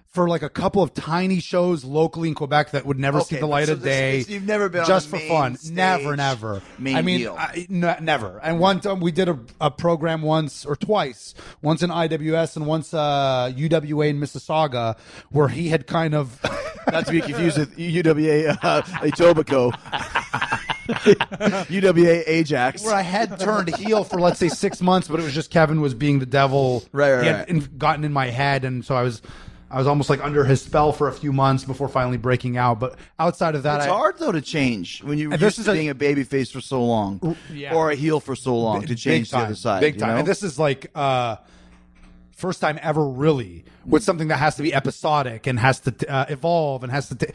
for like a couple of tiny shows locally in Quebec that would never see
Okay,
the light
so
of
this-
day.
it's- you've never been on
just
the
for
main
fun.
stage,
never, never.
main
I mean,
deal.
I, no, never. And one time we did a, a program once or twice, once in IWS and once uh, UWA in Mississauga, where he had kind of.
Not to be confused with UWA uh, Etobicoke. UWA Ajax.
where I had turned heel for let's say six months, but it was just Kevin was being the devil.
Right, right,
He had
right.
in- gotten in my head, and so I was, I was almost like under his spell for a few months before finally breaking out. But outside of that,
It's
I,
hard though to change when you're
And
used
this
to
is a-
being a baby face for so long,
yeah.
or a heel for so long to
big
change
time,
the other side.
big
you
time.
know?
And this is like uh, first time ever, really, with something that has to be episodic and has to uh, evolve and has to. T-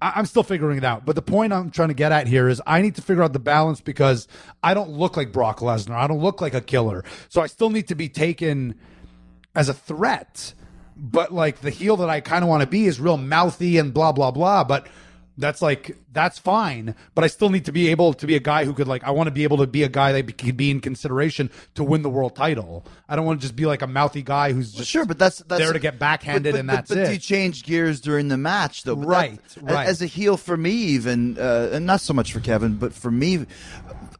I- I'm still figuring it out, but the point I'm trying to get at here is I need to figure out the balance because I don't look like Brock Lesnar. I don't look like a killer, so I still need to be taken as a threat. But like the heel that I kind of want to be is real mouthy and blah blah blah. But that's like that's fine. But I still need to be able to be a guy who could like I want to be able to be a guy that be- could be in consideration to win the world title. I don't want to just be like a mouthy guy who's just
sure, but that's, that's
there to get backhanded
but- but-
and
but-
that's
but
it.
do you change gears during the match though? But
Right,
that-
right.
As a heel for me, even uh, and not so much for Kevin, but for me,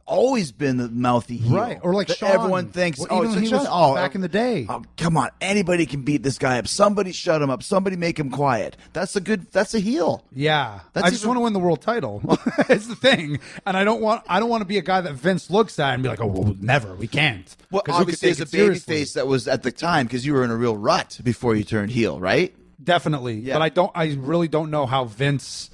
always been the mouthy heel.
Right, or like
That
Shawn.
everyone thinks.
Well,
oh,
even
it's
when
like
he was
Shawn- oh,
back in the day.
Oh, come on, anybody can beat this guy up. Somebody shut him up. Somebody make him quiet. That's a good. That's a heel.
Yeah,
That's
I just
even-
want to win the world title. it's the thing, and I don't want I don't want to be a guy that Vince looks at and be like, oh, well, never, we can't.
Well,
'Cause who could
obviously,
take
as a
it
baby
seriously?
face, that was at the time because you were in a real rut before you turned heel, right?
Definitely.
Yeah.
But I don't I really don't know how Vince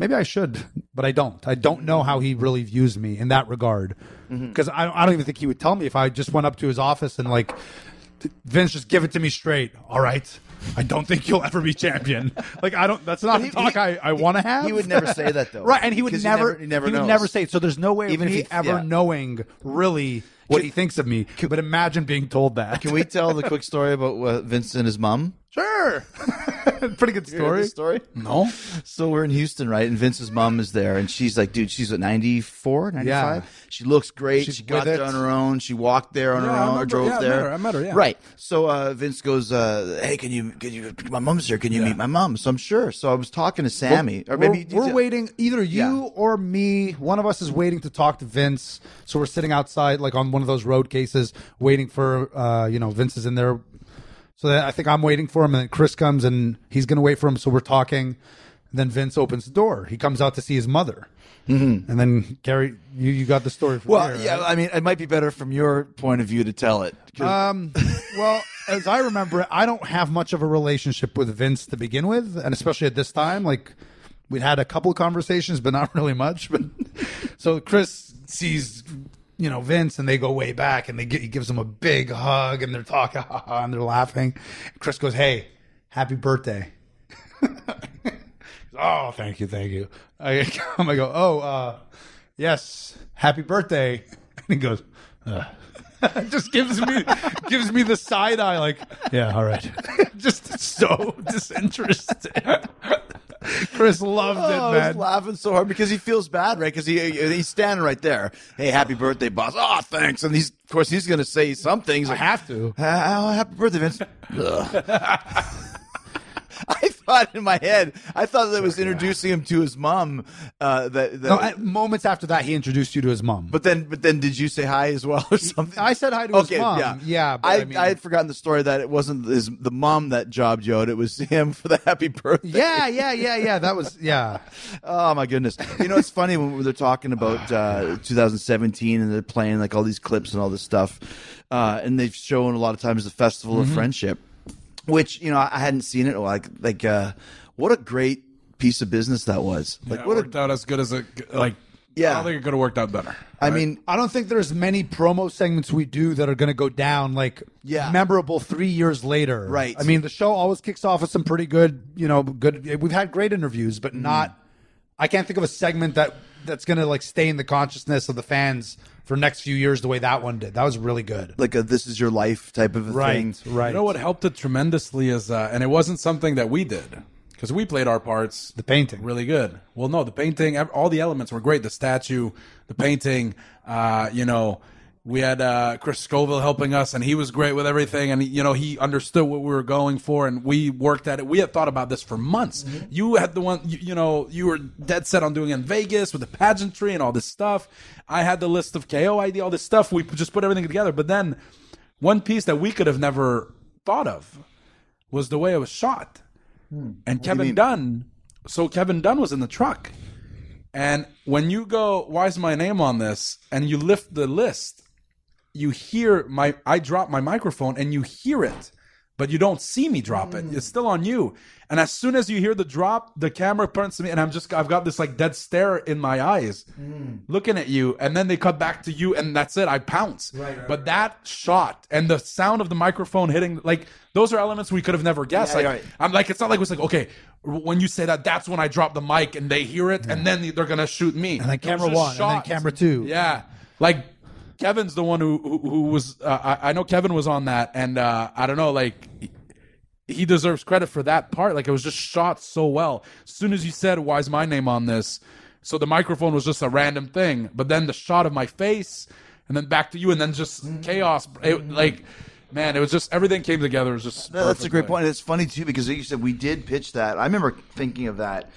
Maybe I should, but I don't. I don't know how he really views me in that regard.
Mm-hmm.
Cuz I don't I don't even think he would tell me if I just went up to his office and like Vince just give it to me straight. All right. I don't think you'll ever be champion. Like I don't. That's not
But
the
he-
talk
he-
I, I want to have.
he would never say that, though.
right, and he would
'Cause he
never.
never- he never
would
knows.
never say it. So there's no way
Even
of
if
me
he-
ever
yeah.
knowing really what he thinks of me. but imagine being told that.
Can we tell the quick story about uh, Vince and his mom?
Sure. Pretty good story.
Story.
No,
So we're in Houston, right? And Vince's mom is there, and she's like, dude, she's at 94, 95.
Yeah.
She looks great.
She's
she got
with
there
it.
on her own. She walked there on
Yeah,
her
I
own or
remember-
drove
yeah, I met
there.
her. I met her, yeah.
Right. So uh, Vince goes, uh, hey, can you, can you, my mom's here. Can you meet my mom? So I'm sure. So I was talking to Sammy, or maybe
we're, we're
Yeah.
waiting. Either you
Yeah.
or me, one of us is waiting to talk to Vince. So we're sitting outside, like on one of those road cases, waiting for uh, you know Vince is in there. So then I think I'm waiting for him, and then Chris comes and he's going to wait for him. So we're talking. And then Vince opens the door. He comes out to see his mother, mm-hmm. and then Gary, you, you got the story from
Well,
there,
yeah,
right?
I mean, it might be better from your point of view to tell it. 'Cause-
Uh,
Um, well, as I remember it, I don't have much of a relationship with Vince to begin with, and especially at this time, like we'd had a couple of conversations, but not really much. But so Chris sees, you know, Vince, and they go way back, and they get, he gives him a big hug, and they're talking, and they're laughing. Chris goes, "Hey, happy birthday." oh, thank you, thank you. I come, I go, oh, uh, yes, happy birthday. And he goes, uh. just gives me gives me the side eye, like, yeah, all right. just so disinterested. Chris loved
Oh, I was
it, man.
laughing so hard because he feels bad, right? Because he he's standing right there. Hey, happy birthday, boss! Oh, thanks. And he's of course he's going to say some things.
I
Like,
have to.
"Ah, oh, happy birthday, Vince. Ugh. I thought in my head, I thought that was introducing him to his mom. Uh, that, that
No, I- moments after that, he introduced you to his mom.
but then, but then, did you say hi as well or something?
I said hi to his
okay,
mom.
Yeah,
Yeah, but
I,
I
I,
mean-
had forgotten the story that it wasn't his, the mom that jobbed you out. It was him for the happy birthday.
yeah, yeah, yeah, yeah. That was yeah.
Oh my goodness! You know it's funny when they're talking about uh, 2017 and they're playing like all these clips and all this stuff, uh, and they've shown a lot of times the Festival
Mm-hmm.
of Friendship, which you know I I hadn't seen it. Like like uh, what a great piece of business that was. Like
Yeah, it
what
worked
a
out as good as it. Like,
Yeah.
I don't think it could have worked out better.
I mean
I don't think there's many promo segments we do that are going to go down like
Yeah.
memorable three years later.
Right.
I mean, the show always kicks off with some pretty good, you know, good. We've had great interviews,
Mm.
but not. I can't think of a segment that that's going to like stay in the consciousness of the fans for next few years the way that one did. That was really good.
like a this is your life type of a thing.
Right.
You know what helped it tremendously is, uh, and it wasn't something that we did because we played our parts.
The painting.
really good. Well, no, the painting, ev- all the elements were great. The statue, the painting, uh, you know, we had uh, Chris Scoville helping us, and he was great with everything. And you know, he understood what we were going for, and we worked at it. We had thought about this for months.
Mm-hmm.
You had the one, you, you know, you were dead set on doing it in Vegas with the pageantry and all this stuff. I had the list of KO ID, all this stuff. We just put everything together. But then, one piece that we could have never thought of was the way it was shot. And Kevin Dunn, so Kevin Dunn was in the truck. And when you go, why is my name on this? And you lift the list, you hear my, I drop my microphone and you hear it, but you don't see me drop it. It's still on you. And as soon as you hear the drop, the camera turns to me and I'm just, I've got this like dead stare in my eyes looking at you. And then they cut back to you and that's it. I pounce. but that shot and the sound of the microphone hitting, like, those are elements we could have never guessed. like, I'm like, it's not like it was like, okay, when you say that, that's when I drop the mic and they hear it, and then they're gonna shoot me. And
then camera one, and then camera two.
Yeah, like Kevin's the one who who, who was. Uh, I, I know Kevin was on that, and uh, I don't know, like. He deserves credit for that part. Like it was just shot so well. As soon as you said, "Why is my name on this?" So the microphone was just a random thing, but then the shot of my face, and then back to you, and then just
Mm-hmm.
chaos. It, like, man, it was just everything came together. It was just
No, that's a great
perfectly.
point. And it's funny too because like you said we did pitch that. I remember thinking of that.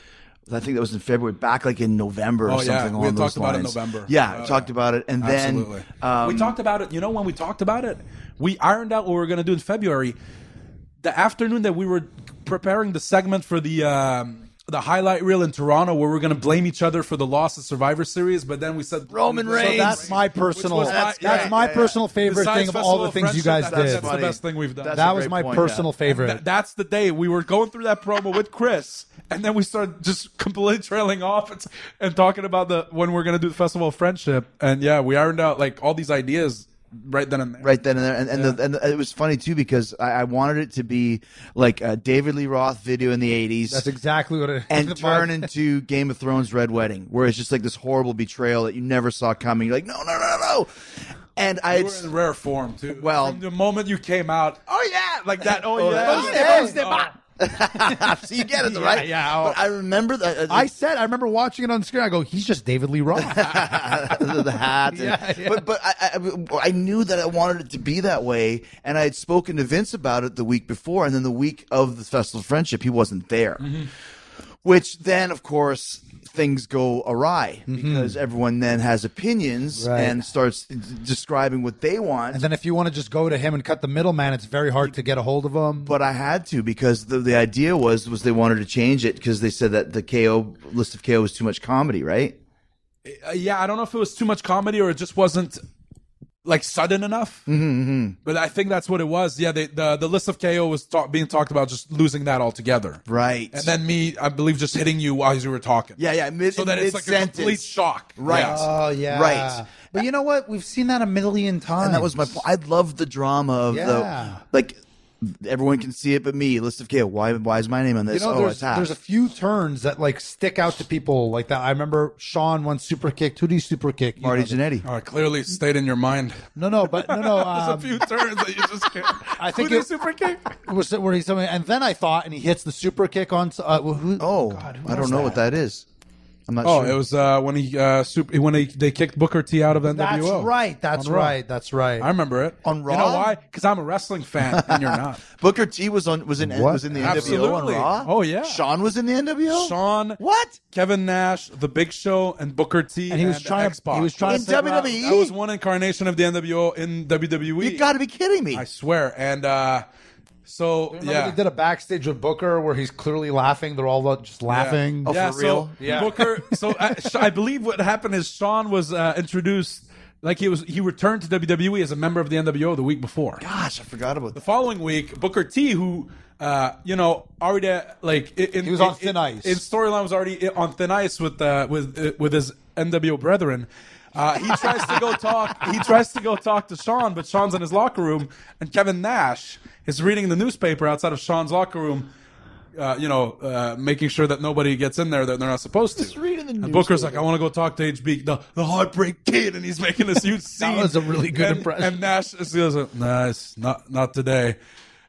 I think that was in February, back like in November or
Oh, yeah.
something
We
along
had
those
talked about it in
lines.
November.
Yeah,
Uh,
talked about it, and
Absolutely.
then um,
we talked about it. You know, when we talked about it, we ironed out what we were going to do in February. The afternoon that we were preparing the segment for the um, the highlight reel in Toronto, where we are going to blame each other for the loss of Survivor Series, but then we said
Roman
So
Reigns.
That's my personal.
was my-
That's,
yeah,
my
yeah, yeah.
personal favorite
Besides
thing of all
Festival
the
of
things you guys
Friendship, that's-
did.
that's the best thing we've done.
That's
That
a
that was
great
my
point, yeah.
personal favorite.
Th- that's the day we were going through that promo with Chris, and then we started just completely trailing off and, and talking about the when we're going to do the festival of friendship. And yeah, we ironed out like all these ideas right then and there.
right then and there. And, and, the, and the- it was funny too because I, I wanted it to be like a David Lee Roth video in the 80s.
That's exactly what it
and
the
turn
vibe.
into Game of Thrones Red Wedding, where it's just like this horrible betrayal that you never saw coming. You're like, no, no, no, no. And I,
You were in rare form too.
Well-
From the moment you came out, oh yeah, like that. Oh,
Oh,
yeah,
that was-
Oh,
that was
yeah.
so you get it,
Yeah,
right?
yeah.
But I remember uh, the,
I said, I remember watching it on screen. I go, he's just David Lee Roth.
the, the hat. and-
Yeah, yeah.
But but I, I I knew that I wanted it to be that way, and I had spoken to Vince about it the week before, and then the week of the Festival of Friendship, he wasn't there. Which then, of course, things go awry because everyone then has opinions
Right.
and starts d- describing what they want.
and then if you want to just go to him and cut the middleman, it's very hard to get a hold of him.
but I had to because the, the idea was was they wanted to change it because they said that the KO list of KO was too much comedy, right?
Uh, yeah, I don't know if it was too much comedy or it just wasn't like sudden enough.
Mm-hmm,
But I think that's what it was. Yeah, they, the the list of KO was ta- being talked about just losing that altogether.
Right.
And then me, I believe, just hitting you while you were talking.
yeah, yeah. Mid,
So that it's like a
mid-sentence.
complete shock.
Right.
Yeah.
oh yeah,
Right.
But you know what? We've seen that a million times.
and that was my point. I love the drama of
Yeah.
the like everyone can see it, but me. List of KO. Why? Why is my name on
You
this?
know,
oh,
there's,
it's half.
there's a few turns that like stick out to people like that. I remember Sean once super kicked. Who did he super kick? You
Marty
know the-
Jannetty.
All right, clearly stayed in your mind.
No, no, but no, no. Um,
There's a few turns that you just can't.
I think
Who did
it-
super kick.
it was where he's something, and then I thought, and he hits the super kick on. Uh, who,
Oh,
God, who
I
was
don't know what that is. I'm not
Oh,
sure.
it was uh, when he uh, super when he, they kicked Booker T out of NWO.
That's right. That's
On Raw.
right. That's right.
I remember it.
On
You
Raw?
know why? Because I'm a wrestling fan and you're not.
Booker T was on was in
What?
was in the NWO on
Absolutely.
Raw.
Oh, yeah.
Sean was in the NWO.
Sean,
What?
Kevin Nash, The Big Show, and Booker T.
and he was trying.
Xbox.
To, he was trying
In E,
to figure out-
WWE?
That was one incarnation of the NWO in WWE.
You got to be kidding me.
I swear. And uh, so
Remember
yeah,
they did a backstage with Booker where he's clearly laughing. They're all just laughing.
Oh,
yeah,
for
so
real?
yeah. Booker. So I, so I believe what happened is Sean was uh, introduced. Like he was, he returned to WWE as a member of the NWO the week before.
Gosh, I forgot about
The
that.
following week, Booker T, who uh, you know already uh, like i- in,
He was
in-
on thin
in-
ice.
In storyline was already i- on thin ice with uh, with uh, with his NWO brethren. Uh, he tries to go talk. He tries to go talk to Sean, but Sean's in his locker room, and Kevin Nash is reading the newspaper outside of Sean's locker room. Uh, you know, uh, making sure that nobody gets in there that they're not supposed to. Just
reading the
and Booker's like, I want to go talk to HB, the, the heartbreak kid, and he's making this huge scene.
was a really good
And-
impression.
And Nash is goes, nice, not not today,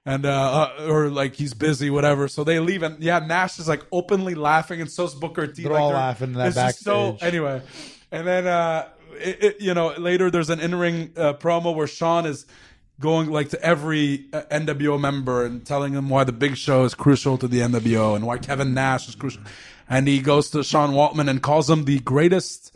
and uh, uh, or like he's busy, whatever. So they leave, and yeah, Nash is like openly laughing, and so's Booker T.
They're
like,
all laughing in that
it's just So
backstage.
anyway, and then uh, it, it, you know later there's an in-ring uh, promo where Sean is. Going like to every uh, NWO member and telling them why the Big Show is crucial to the NWO and why Kevin Nash is crucial, and he goes to Sean Waltman and calls him the greatest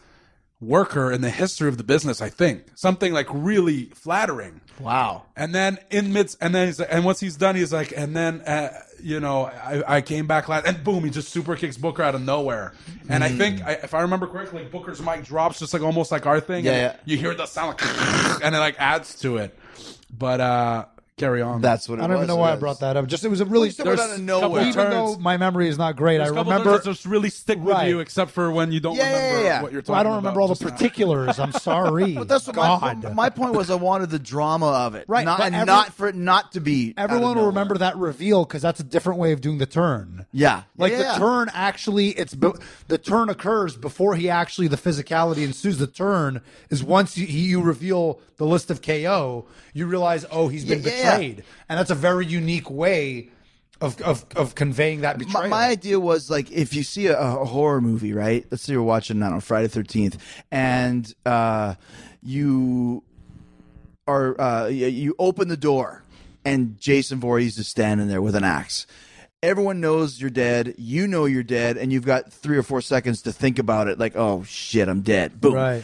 worker in the history of the business, I think. Something like really flattering.
Wow.
And then in midst, and then he's like, and once he's done, he's like, and then uh, you know, I, I came back last, and boom, he just super kicks Booker out of nowhere. And I think, I, if I remember correctly, like Booker's mic drops just like almost like our thing.
Yeah,
and
yeah.
You hear the sound, like, and it like adds to it. But uh carry on.
That's what it
I don't
was.
even know why I brought that up. Just it was a really
There's out of nowhere.
even
turns.
though my memory is not great,
There's
I
a couple
remember
turns that just really stick with
Right.
you, except for when you don't
Yeah, yeah,
remember
yeah.
what you're talking.
I don't
about
remember all the
just now.
particulars. I'm sorry.
But that's what my,
God.
my my point was. I wanted the drama of it,
Right,
Not,
but
and
every-
not for it not to be. out of
Everyone will
nowhere.
remember that reveal because that's a different way of doing the turn.
Yeah,
Like
Yeah,
the
yeah.
turn actually, it's be- the turn occurs before he actually the physicality ensues. The turn is once you, you reveal the list of KO, you realize oh he's been
Yeah, yeah, yeah.
betrayed, and that's a very unique way of of, of conveying that
My,
betrayal.
my idea was like if you see a, a horror movie, right? Let's say you're watching that on Friday Thirteenth, and uh, you are uh, y- you open the door, and Jason Voorhees is standing there with an axe. Everyone knows you're dead. You know you're dead, and you've got three or four seconds to think about it. Like, oh shit, I'm dead. Boom.
Right.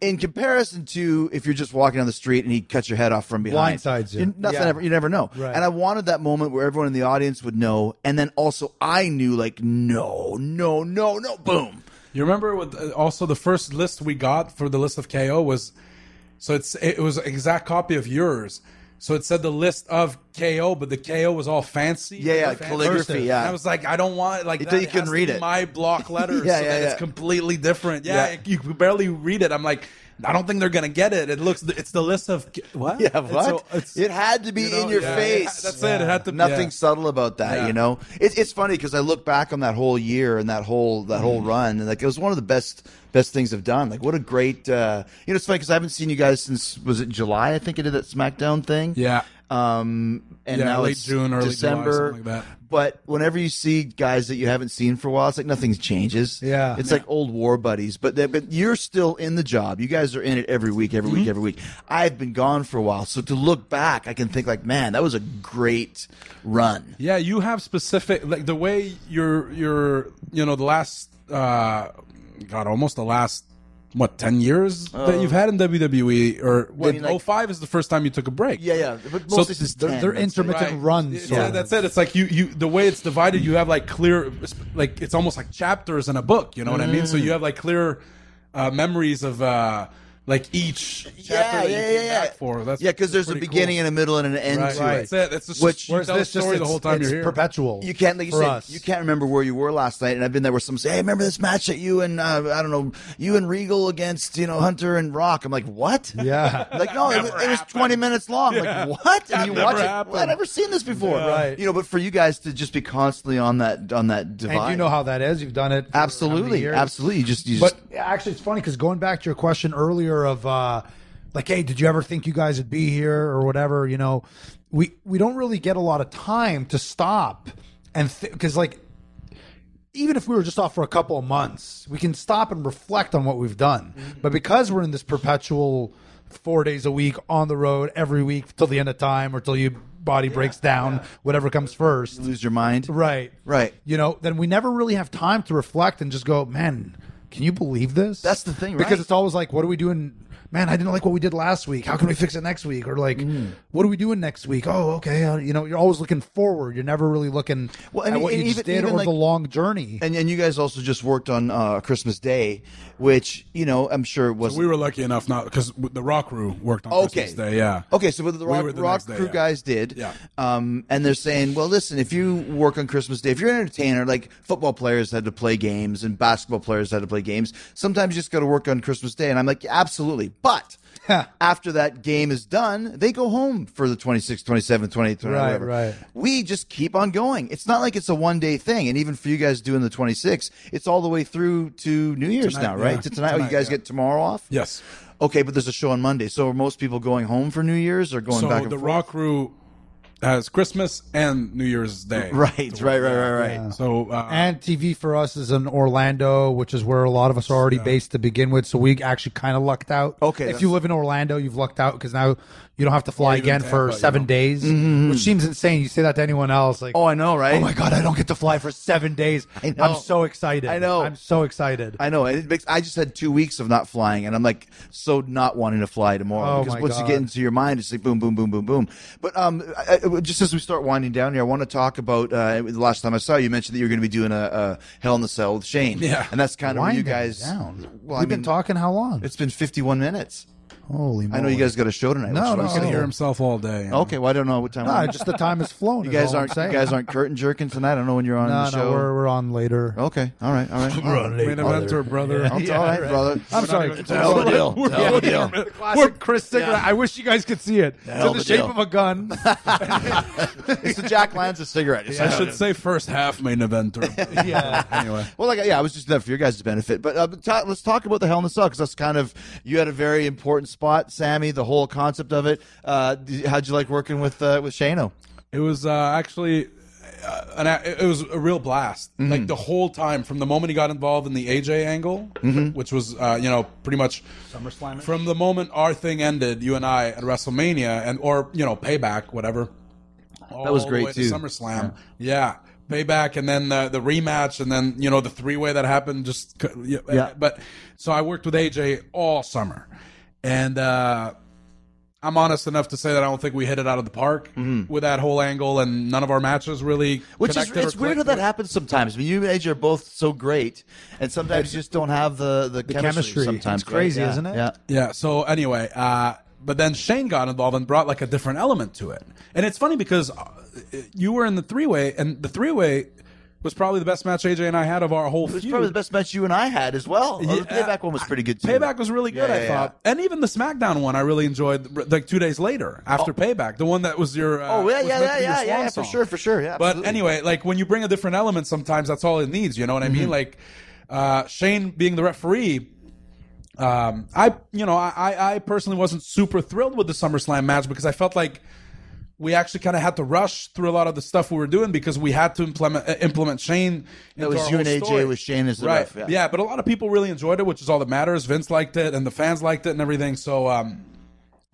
In comparison to if you're just walking down the street and he cuts your head off from behind,
Blindsides you.
Nothing
Yeah.
ever. You never know.
Right.
And I wanted that moment where everyone in the audience would know, and then also I knew, like, no, no, no, no, boom.
You remember what, uh, also the first list we got for the list of KO was so it's it was an exact copy of yours. So it said the list of KO, but the KO was all fancy.
Yeah, yeah,
fancy.
calligraphy,
And
yeah.
I was like, I don't want it like
It-
that.
you couldn't
has to
read
be
it.
My block letters.
Yeah,
so
yeah,
that
yeah.
It's completely different. Yeah,
Yeah.
it- you could barely read it. I'm like, I don't think they're gonna get it. It looks. It's the list of what?
Yeah,
It's
what?
so- it's-
it had to be
you know,
in your
yeah,
face.
yeah, that's it. It had to be
Nothing
yeah.
subtle about that,
Yeah.
you know. It, it's funny because I look back on that whole year and that whole that
Mm-hmm.
whole run, and like it was one of the best best things I've done. Like, what a great, uh, you know. It's funny because I haven't seen you guys since was it July? I think I did that SmackDown thing.
Yeah.
Um, and
Yeah,
now
late
it's
June, early July,
December.
something like that.
But whenever you see guys that you haven't seen for a while, it's like nothing changes.
Yeah.
it's like old war buddies. But they, but you're still in the job. You guys are in it every week, every
Mm-hmm.
week, every week. I've been gone for a while, so to look back, I can think like, man, that was a great run.
Yeah, you have specific like the way your your you know the last uh god almost the last what 10 years that you've had in WWE or what
Um, mean, like-
05 is the first time you took a break.
Yeah, yeah. But
So
most this is
they're-
10,
they're
let's say.
intermittent runs,
It's-
yeah.
that's it. It's like you you the way it's divided, you have like clear like it's almost like chapters in a book, you know what I mean? So you have like clear uh memories of uh like each
Yeah,
chapter that you
yeah,
came
yeah, yeah.
back for. That's
yeah, because there's a
pretty
beginning
cool.
and a middle and an end
right,
to
right.
it.
That's it. That's just
Which-
you
Whereas
tell
this
a
just
story the
it's-
whole time
it's
you're here.
perpetual.
You can't, like you
for
said,
us.
you can't remember where you were last night. And I've been there where someone say, "Hey, remember this match that you and uh, I don't know, you and Regal against you know Hunter and Rock." I'm like, "What?"
Yeah.
like no, it,
never
it was 20
happened.
minutes long. I'm Like what? And
That
you
never
watch it.
happened.
Well, I've never seen this before.
Yeah. Right.
You know, but for you guys to just be constantly on that on that divide,
and you know how that is. You've done it. for how many
absolutely,
years.
absolutely, you just you
But
just
actually, it's funny because going back to your question earlier of uh, like, hey, did you ever think you guys would be here or whatever? You know, we we don't really get a lot of time to stop and because like even if we were just off for a couple of months, we can stop and reflect on what we've done.
Mm-hmm.
But because we're in this perpetual four days a week on the road every week till the end of time or till your body breaks down, whatever comes first,
lose your mind.
right?
Right.
you know, then we never really have time to reflect and just go, man, can you believe this?
That's the thing, right?
Because it's always like, what are we doing? Man, I didn't like what we did last week. How can we fix it next week? Or like,
Mm-hmm.
what are we doing next week? Oh, okay. uh, You know, you're always looking forward. You're never really looking
Well, and
at what
e-
you just
even-
did
even
or
like-
the long journey.
And and you guys also just worked on uh, Christmas Day, which you know I'm sure was
We were lucky enough not because the Rock Crew worked on
Okay.
Christmas Day. Yeah.
Okay, so what the
We
Rock,
were the
rock
next day,
Crew
yeah.
guys did,
Yeah.
um, and they're saying, well, listen, if you work on Christmas Day, if you're an entertainer, like football players had to play games and basketball players had to play games, sometimes you just got to work on Christmas Day. And I'm like, absolutely. But after that game is done, they go home for the 26th, 27th, 28th, 29th,
Right,
whatever.
right.
We just keep on going. It's not like it's a one day thing. And even for you guys doing the 26th, it's all the way through to New Year's now,
Tonight,
right?
yeah.
To tonight, oh, you
Tonight,
guys
yeah.
get tomorrow off?
Yes.
Okay, but there's a show on Monday. So are most people going home for New Year's or going
So
back
the
and forth?
Rock Crew has Christmas and New Year's Day.
Right, right, right, right, right.
So uh,
and TV for us is in Orlando, which is where a lot of us are already based to begin with. So we actually kind of lucked out.
Okay,
If
that's-
you live in Orlando, you've lucked out because now you You don't have to fly
even
again for
Tampa, you
seven
know.
days, which seems insane. You say that to anyone else, like,
Mm-hmm, Oh, I know, right?
oh my god, I don't get to fly for seven days. I
know.
am so excited.
I know.
I'm so excited.
I know. And it makes, I just had two weeks of not flying, and I'm like so not wanting to fly tomorrow
Oh,
because
my
once you
God.
get into your mind, it's like boom, boom, boom, boom, boom. But um, I, I- just as we start winding down here, I want to talk about uh, the last time I saw you, you mentioned that you were going to be doing a, a Hell in the Cell with Shane.
Yeah.
and that's kind of where you
Winding
guys.
down.
Well,
We've
I mean,
been talking how long?
It's been 51 minutes.
Holy.
I know you
moly.
guys got a show tonight.
No,
which
no,
is-
He can
Oh.
hear himself all day.
Okay, well I don't know what time.
No,
we're-
just the time has flown.
you guys aren't. You guys aren't curtain jerking tonight. I don't know when you're on
No,
the show. Oh,
no, we're, we're on later.
Okay, all right, all right. All right.
Main eventer, brother.
It's all right, brother.
I'm sorry. It's
hell of a deal. It's a hell of a deal.
We're Chris Singer. I wish you guys could see it. It's
hell of
in the
a
shape
deal.
of a gun.
It's the Jack Lanza cigarette. It's
I
like-
should say first half main eventer.
yeah.
anyway.
Well, like, yeah, I was just there for your guys' benefit. But uh, but ta- let's talk about the Hell in a Cell because that's kind of you had a very important spot, Sammy. The whole concept of it. Uh, d- how'd you like working with uh, with Shano?
It was uh, actually uh, an, it was a real blast.
Mm-hmm.
Like the whole time, from the moment he got involved in the AJ angle,
Mm-hmm.
which was uh, you know pretty much SummerSlam. From the moment our thing ended, you and I at WrestleMania, and or you know Payback, whatever.
That was
all the
great,
way
too.
To SummerSlam, yeah. Payback, and then the the rematch, and then you know the three way that happened. Just c- yeah,
Yeah.
But so I worked with AJ all summer, and. uh I'm honest enough to say that I don't think we hit it out of the park with that whole angle, and none of our matches really.
Mm-hmm. Which is
connected or
it's weird how
clicked
that
with-
happens sometimes. I mean, you and AJ are both so great, and sometimes you just don't have the the,
chemistry.
Sometimes
It's crazy,
right? Yeah,
isn't it?
Yeah.
Yeah. So anyway, uh, but then Shane got involved and brought like a different element to it, and it's funny because uh, you were in the three way, and the three way was probably the best match AJ and I had of our whole.
It was
feud.
probably the best match you and I had as well. Although the
Yeah.
payback one was pretty good too.
Payback was really good,
Yeah,
I
yeah,
thought, and even the SmackDown one I really enjoyed. r- Like two days later, after Payback, the one that was your uh,
Oh yeah,
was
yeah,
meant
yeah,
to be your
yeah,
swan
yeah, for
song.
sure, for sure. Yeah.
But
absolutely.
anyway, like when you bring a different element, sometimes that's all it needs. You know what I
Mm-hmm.
mean? Like uh, Shane being the referee. Um, I you know I- I I personally wasn't super thrilled with the SummerSlam match because I felt like we actually kind of had to rush through a lot of the stuff we were doing because we had to implement uh, implement Shane. It
was you and AJ with Shane as the
right?
ref, yeah.
but a lot of people really enjoyed it, which is all that matters. Vince liked it, and the fans liked it, and everything. So. um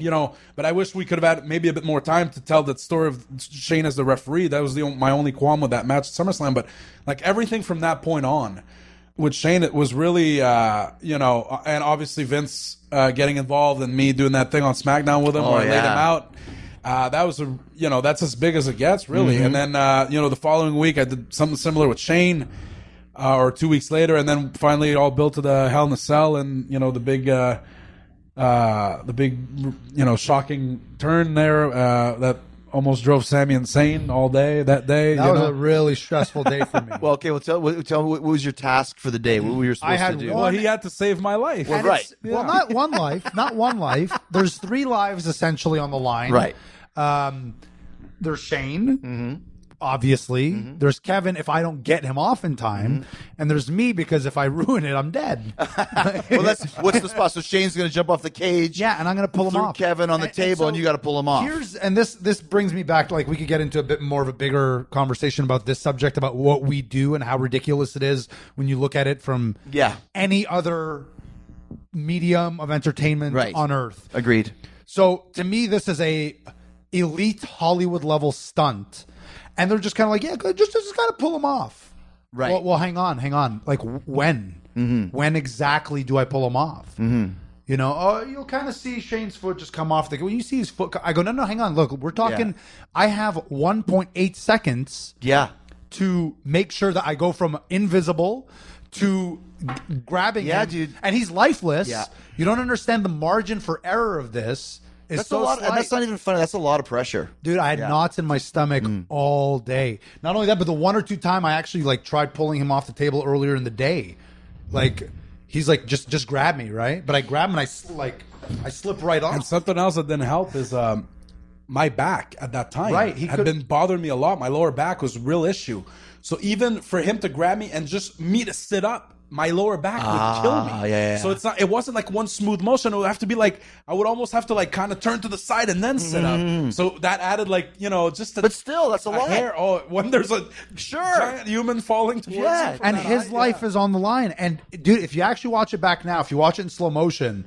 you know, but I wish we could have had maybe a bit more time to tell that story of Shane as the referee. That was the on- my only qualm with that match at SummerSlam. But like everything from that point on with Shane, it was really uh, you know, uh, and obviously Vince uh, getting involved and me doing that thing on SmackDown with him
Oh,
where I laid him
yeah.
out. Uh, that was a you know that's as big as it gets really.
Mm-hmm.
And then uh, you know the following week I did something similar with Shane. Uh, or two weeks later, and then finally it all built to the Hell in a Cell, and you know the big uh, uh, the big, you know, shocking turn there uh, that almost drove Sammy insane all day that day.
That
you
was
know?
a really stressful day for me.
Well, okay. Well, tell well, tell me what was your task for the day? What were you supposed
I had
to do?
one-
well, he had to save my life.
Well, right.
Well, not one life, not one life. There's three lives essentially on the line.
Right.
Um, there's Shane, obviously. There's Kevin if I don't get him off in time, and there's me because if I ruin it, I'm dead.
well, that's what's the spot. So Shane's going to jump off the cage.
yeah, and I'm gonna pull him
Threw
off.
Kevin on the table, and you gotta pull him off.
Here's and this this brings me back. to, Like we could get into a bit more of a bigger conversation about this subject about what we do and how ridiculous it is when you look at it from
Yeah.
any other medium of entertainment
Right.
on earth.
Agreed.
So to me, this is a elite Hollywood level stunt, and they're just kind of like, yeah, good, just just gotta pull them off.
Right. Mm-hmm.
Well, well, hang on, hang on. Like w- when? When exactly do I pull them off? You know, oh, you'll kind of see Shane's foot just come off. The, when you see his foot, co- I go, no, no, hang on. Look, we're talking. I have 1.8 seconds
Yeah.
to make sure that I go from invisible to g- grabbing
Yeah,
him.
dude.
And he's lifeless.
Yeah.
You don't understand the margin for error of this. Is
That's a
so
lot,
slight.
and that's not even funny. That's a lot of pressure.
Dude, I had knots in my stomach all day. Not only that, but the one or two time I actually like tried pulling him off the table earlier in the day, like he's like just just grab me right, but I grab him and I s- like I slip right
And
off.
something else that didn't help is um, my back at that time.
Right, he
had
could-
been bothering me a lot. My lower back was a real issue. So even for him to grab me and just me to sit up, my lower back would kill me.
Ah, yeah, yeah.
So it's not. It wasn't like one smooth motion. It would have to be like I would almost have to like kind of turn to the side and then sit up. So that added like you know just. A,
Mm-hmm. But still, that's a lot.
hair. Oh, when there's a sure giant human falling towards
Yeah.
you from
And
that
his
height,
life is on the line. And dude, if you actually watch it back now, if you watch it in slow motion,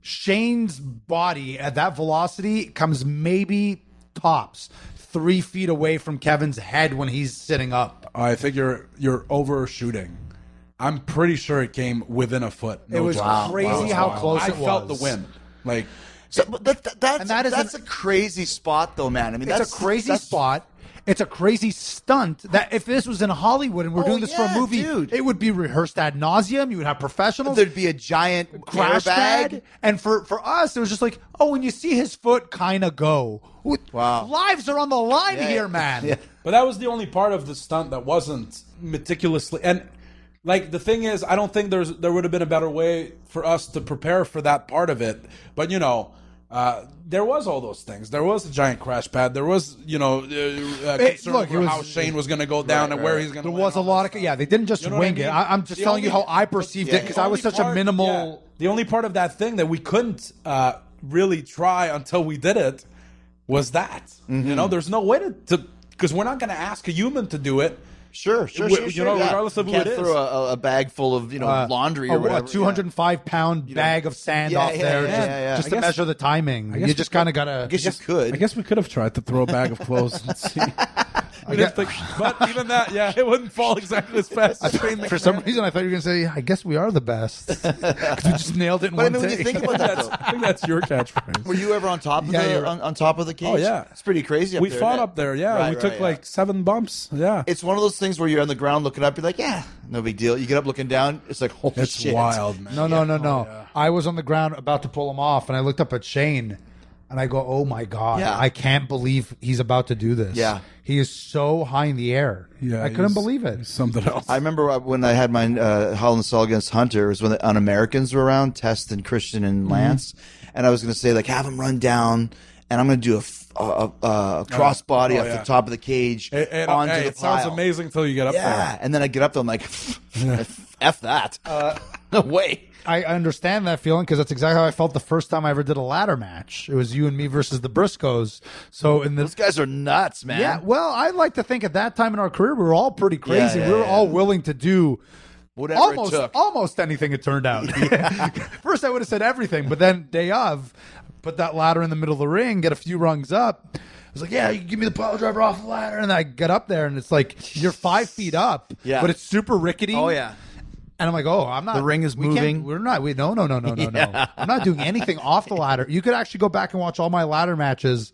Shane's body at that velocity comes maybe tops three feet away from Kevin's head when he's sitting up.
I think you're you're overshooting. I'm pretty sure it came within a foot.
It was crazy how close
I
it
felt the
was.
wind. Like
So, but that, that- that's
And that is
that's
an-
a crazy spot, though, man. I mean,
It's
that's
a crazy
that's-
spot. It's a crazy stunt that if this was in Hollywood and we're
Oh,
doing this for
yeah,
a movie,
dude.
it would be rehearsed ad nauseum. You would have professionals.
There'd be a giant airbag.
crash pad. And for for us, it was just like, oh, when you see his foot kind of go, With-
Wow.
lives are on the line
Yeah.
here, man.
Yeah.
But that was the only part of the stunt that wasn't meticulously and like the thing is I don't think there's there would have been a better way for us to prepare for that part of it. But you know, uh, there was all those things. There was a giant crash pad. There was, you know, uh, uh, concern
look, it
over
was-
how Shane was going to go down and where he's going to.
There was a lot of yeah. They didn't just
You know what I
wing it.
mean?
I, I'm just
The
telling you how
only-
I perceived it
yeah.
because I was
only
such a
part-
minimal.
yeah. the only part of that thing that we couldn't uh, really try until we did it was that. You know, there's no way to because we're not going to ask a human to do it.
Sure, sure,
You
sure.
know,
sure, yeah.
regardless of
You
who
can't
it is.
throw a, a bag full of you know
uh,
laundry
a-
or whatever.
a
yeah.
205 pound bag of sand
Yeah,
off
yeah,
there
yeah,
just,
yeah, yeah.
just
I
to
guess-
measure the timing.
guess
You just
we could-
kind of gotta.
I guess you could.
I guess we could have tried to throw a bag of clothes and see. We didn't think- but even that, yeah, it wouldn't fall exactly as fast. as Shane
for some reason, I thought you were gonna say, "I guess we are the best." 'Cause we just nailed it in
But I
one
mean, when you
take.
think about that, though,
I think that's your catchphrase.
were you ever on top of
Yeah,
the
you're-
on, on top of the cage?
oh yeah,
it's pretty crazy. Up
we
there,
fought
isn't it?
up there. Yeah,
Right,
we
right,
took
yeah.
like seven bumps. Yeah,
It's one of those things where you're on the ground looking up. You're like, yeah, no big deal. You get up looking down. It's like, holy
it's
shit,
wild, man.
No, no, no,
Oh,
no. I was on the ground about to pull him off, and I looked up at Shane, and I go, "Oh my god,
Yeah.
I can't believe he's about to do this.
Yeah.
he is so high in the air.
Yeah,
I couldn't
he's-
believe
he's
it.
Something else.
I remember uh, when I had my uh, Holland Saul against Hunter. It was when the Un Americans were around, Test and Christian
Mm-hmm.
and Lance, and I was going to say like have him run down, and I'm going to do a, f- a, a- a crossbody
Oh,
off
yeah.
the top of the cage
It, it-
onto
hey,
the
it sounds
pile.
amazing until you get up
Yeah,
there.
and then I get up there. I'm like, f that.
Uh,
no way.
I I understand that feeling because that's exactly how I felt the first time I ever did a ladder match. It was you and me versus the Briscoes. So in the
Those guys are nuts, man.
yeah, well, I like to think at that time in our career we were all pretty crazy.
yeah,
we were
yeah.
all willing to do
whatever
almost
it took.
almost anything it turned out. First I would have said everything, but then day of, put that ladder in the middle of the ring, get a few rungs up. I was like, yeah, you give me the pile driver off the ladder, and I get up there, and it's like you're five feet up,
Yeah.
but it's super rickety.
Oh yeah.
and I'm like, oh, I'm not.
The ring is
we can't-
moving.
We're not. We no no no no no no. I'm not doing anything off the ladder. You could actually go back and watch all my ladder matches.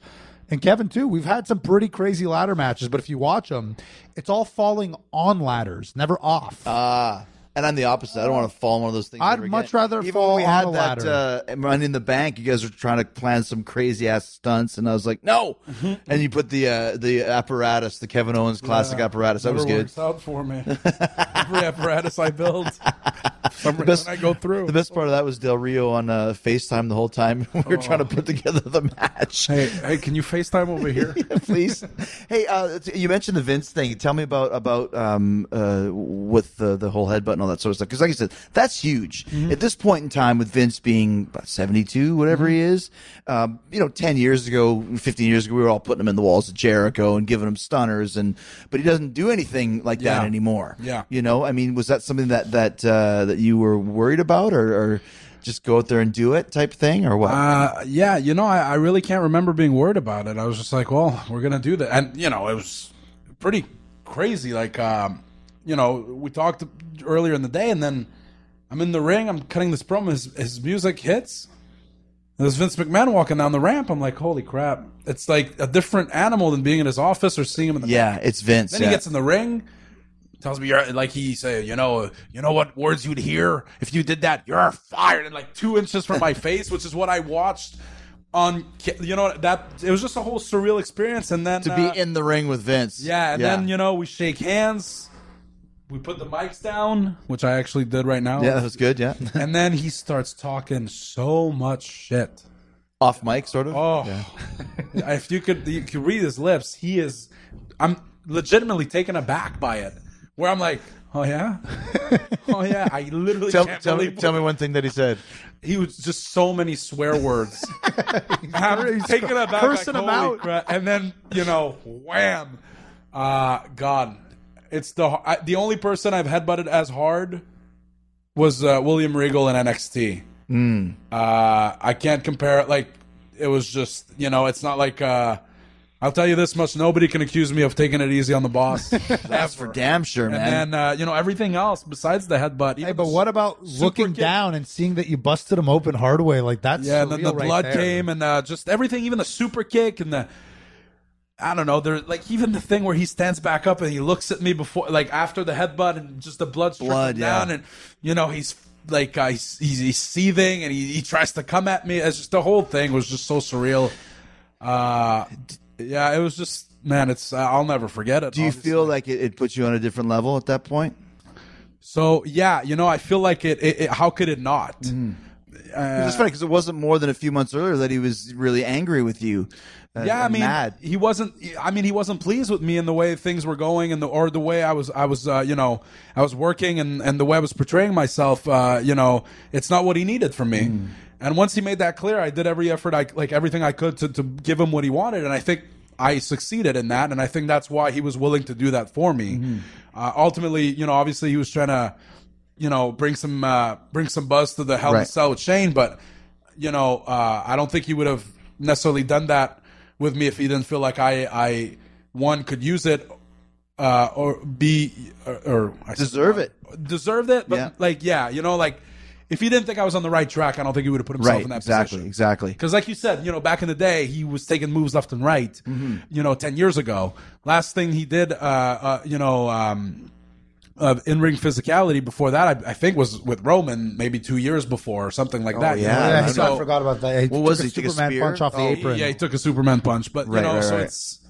And Kevin too. We've had some pretty crazy ladder matches, but if you watch them, it's all falling on ladders, never off.
Ah, and I'm the opposite. I don't want to fall on one of those things.
I'd
ever
much
again.
rather
Even
fall
when we
on
had
a
that uh, run in the bank. You guys were trying to plan some crazy ass stunts, and I was like, no.
Mm-hmm.
And you put the uh, the apparatus, the Kevin Owens classic apparatus. That was
Never
good.
Uh, works out for me. Every apparatus I build, for some reason
best-
I go through.
The best part of that was Del Rio on uh, FaceTime the whole time. we were trying to put together the match.
Oh. Hey, hey, can you FaceTime over here?
please. hey, uh, t- you mentioned the Vince thing. Tell me about about um, uh, with the the whole headbutt and all that sort of stuff. Because, like I said, that's huge
Mm-hmm.
at this point in time. With Vince being about seventy two, whatever he is, um, you know, ten years ago, fifteen years ago, we were all putting him in the walls of Jericho and giving him stunners, and but he doesn't do anything like that
Yeah.
anymore.
Yeah.
you know, I mean, was that something that that uh, that you were worried about, or, or just go out there and do it type thing, or what?
Uh, yeah, you know, I, I really can't remember being worried about it. I was just like, well, we're gonna do that, and you know, it was pretty crazy. Like, um, you know, we talked earlier in the day, and then I'm in the ring, I'm cutting this promo, his, his music hits. and There's Vince McMahon walking down the ramp. I'm like, holy crap! It's like a different animal than being in his office or seeing him in the
yeah, it's Vince.
Then
yeah.
he gets in the ring, tells me you're like he say, you know, you know what words you'd hear if you did that. You're fired, and like two inches from my face, which is what I watched on. ca- You know that it was just a whole surreal experience, and then
to
uh,
be in the ring with Vince.
yeah, and then you know we shake hands, we put the mics down, which I actually did right now.
Yeah, that was good. Yeah,
and then he starts talking so much shit.
off mic, sort of.
Oh, if you could, you could read his lips. He is. I'm legitimately taken aback by it. Where I'm like, oh yeah, oh yeah. I literally
tell,
can't
tell me,
believe.
tell me one thing that he said.
He was just so many swear words. I'm taken aback,
cursing
like,
him
holy
out.
crap. and then you know, wham. Uh, God, it's the I, the only person I've headbutted as hard was uh, William Regal in NXT.
Hmm.
Uh, I can't compare it. Like it was just you know, it's not like. Uh, I'll tell you this much: nobody can accuse me of taking it easy on the boss.
That's for damn sure, man.
and then uh, you know everything else besides the headbutt.
Hey,
even
but
the
what about looking
kick.
down and seeing that you busted him open hard way? Like that's
Yeah, and then
surreal
the
right
blood
there.
came and uh, just everything, even the super kick and the I don't know, there like even the thing where he stands back up and he looks at me before like after the headbutt and just the blood trickling
Blood, yeah.
down and you know, he's like uh, he's, he's he's seething and he, he tries to come at me. It's just the whole thing was just so surreal. Uh yeah, it was just man, it's uh, I'll never forget it.
Do you
obviously.
feel like it, it puts you on a different level at that point?
So, yeah, you know, I feel like it, it, it how could it not?
Mm-hmm. it's funny because it wasn't more than a few months earlier that he was really angry with you. and-
yeah, I
and
mean,
mad.
he wasn't. I mean, he wasn't pleased with me and the way things were going, and the or the way I was, I was, uh, you know, I was working and and the way I was portraying myself. Uh, you know, it's not what he needed from me.
Mm.
And once he made that clear, I did every effort, I like everything I could to to give him what he wanted, and I think I succeeded in that, and I think that's why he was willing to do that for me.
Mm-hmm.
Uh, ultimately, you know, obviously he was trying to, you know, bring some uh, bring some buzz to the Hell in a
Right.
Cell with Shane, but you know, uh, I don't think he would have necessarily done that with me if he didn't feel like I, I one could use it, uh, or be, or, or I said-
deserve it.
deserved it. But
Yeah.
like, yeah, you know, like if he didn't think I was on the right track, I don't think he would have put himself
Right,
in that
exactly,
position.
exactly.
Because like you said, you know, back in the day, he was taking moves left and right.
Mm-hmm.
You know, ten years ago, last thing he did, uh, uh, you know. Um, uh, in ring physicality before that, I, I think was with Roman maybe two years before or something like that. you
Oh, yeah,
know?
I
Yeah,
don't
he- I forgot about that. He
What was
took
it?
a
He took a
Superman
spear?
punch off the
Oh,
apron.
Yeah, he took a Superman punch, but
Right,
you know,
right,
so
right.
it's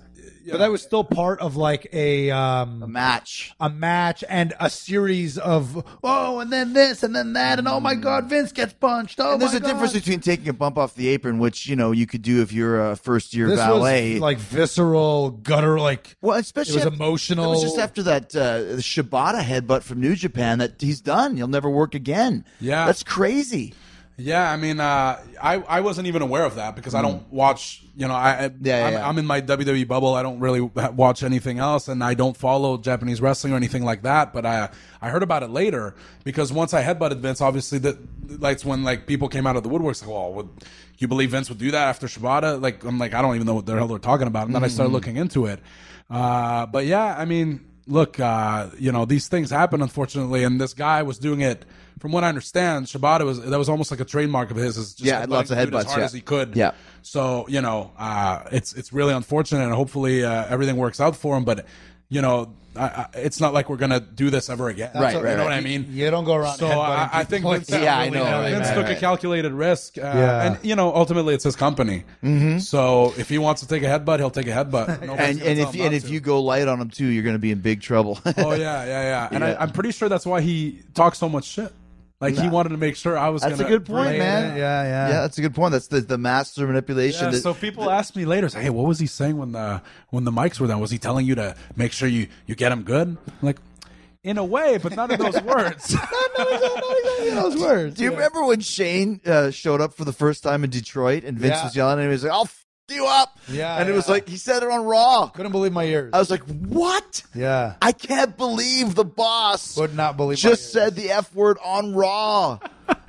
but that was still part of like a
A
um,
match.
a match and a series of oh, and then this and then that and oh
Mm.
my god, Vince gets punched. Oh,
And there's
my
a difference
God.
between taking a bump off the apron, which you know you could do if you're a first year
This
valet,
was like visceral, gutter, like
well, especially
it was
after-
emotional.
It was just after that uh, Shibata headbutt from New Japan that he's done. He'll never work again.
Yeah.
that's crazy.
yeah. I mean, uh, I I wasn't even aware of that because I don't watch. You know, I, I
Mm. Yeah, yeah,
I'm,
yeah.
I'm in my WWE bubble. I don't really watch anything else, and I don't follow Japanese wrestling or anything like that. But I I heard about it later because once I headbutted Vince, obviously that that's when like people came out of the woodworks like, well, would you believe Vince would do that after Shibata? Like I'm like I don't even know what the hell they're talking about, and then I started
Mm-hmm.
looking into it. Uh, but yeah, I mean. look, uh, you know, these things happen, unfortunately, and this guy was doing it. From what I understand, Shibata was that was almost like a trademark of his. Is just
Yeah, lots of
headbutting dude
headbutts,
as hard
yeah.
as he could.
Yeah.
So you know, uh, it's it's really unfortunate, and hopefully uh, everything works out for him. But you know, I, I, it's not like we're gonna do this ever again.
Right,
You
right,
know what
right.
I mean?
You don't go around
So
headbutting
I, I
people
think
like
Vince,
that.
Yeah, I know,
uh,
right,
Vince
right,
took a
right.
calculated risk, uh,
Yeah.
and you know, ultimately it's his company. So if he wants to take a headbutt, he'll take a headbutt. Nobody's
Mm-hmm. And
Oh, gonna
and
tell
if
him
and
not
if
to.
you go light on him too, you're going to be in big trouble.
Oh yeah, yeah, yeah. And
Yeah.
I, I'm pretty sure that's why he talks so much shit. Like he wanted to make sure I was.
that's a
gonna
good point,
relate
man.
it.
yeah.
yeah, that's a good point. That's the the master manipulation.
Yeah,
that-
so people ask me later, say, "Hey, what was he saying when the when the mics were down? Was he telling you to make sure you you get him good?" I'm like, in a way, but not in those words.
those words.
Do you remember when Shane uh, showed up for the first time in Detroit and Vince
Yeah.
was yelling at him? He was like, "I'll f- you up,"
Yeah,
and it was
yeah.
like he said it on Raw.
Couldn't believe my ears.
I was like, "What?
yeah.
I can't believe the boss
Would not believe my
just
ears.
said the f word on Raw."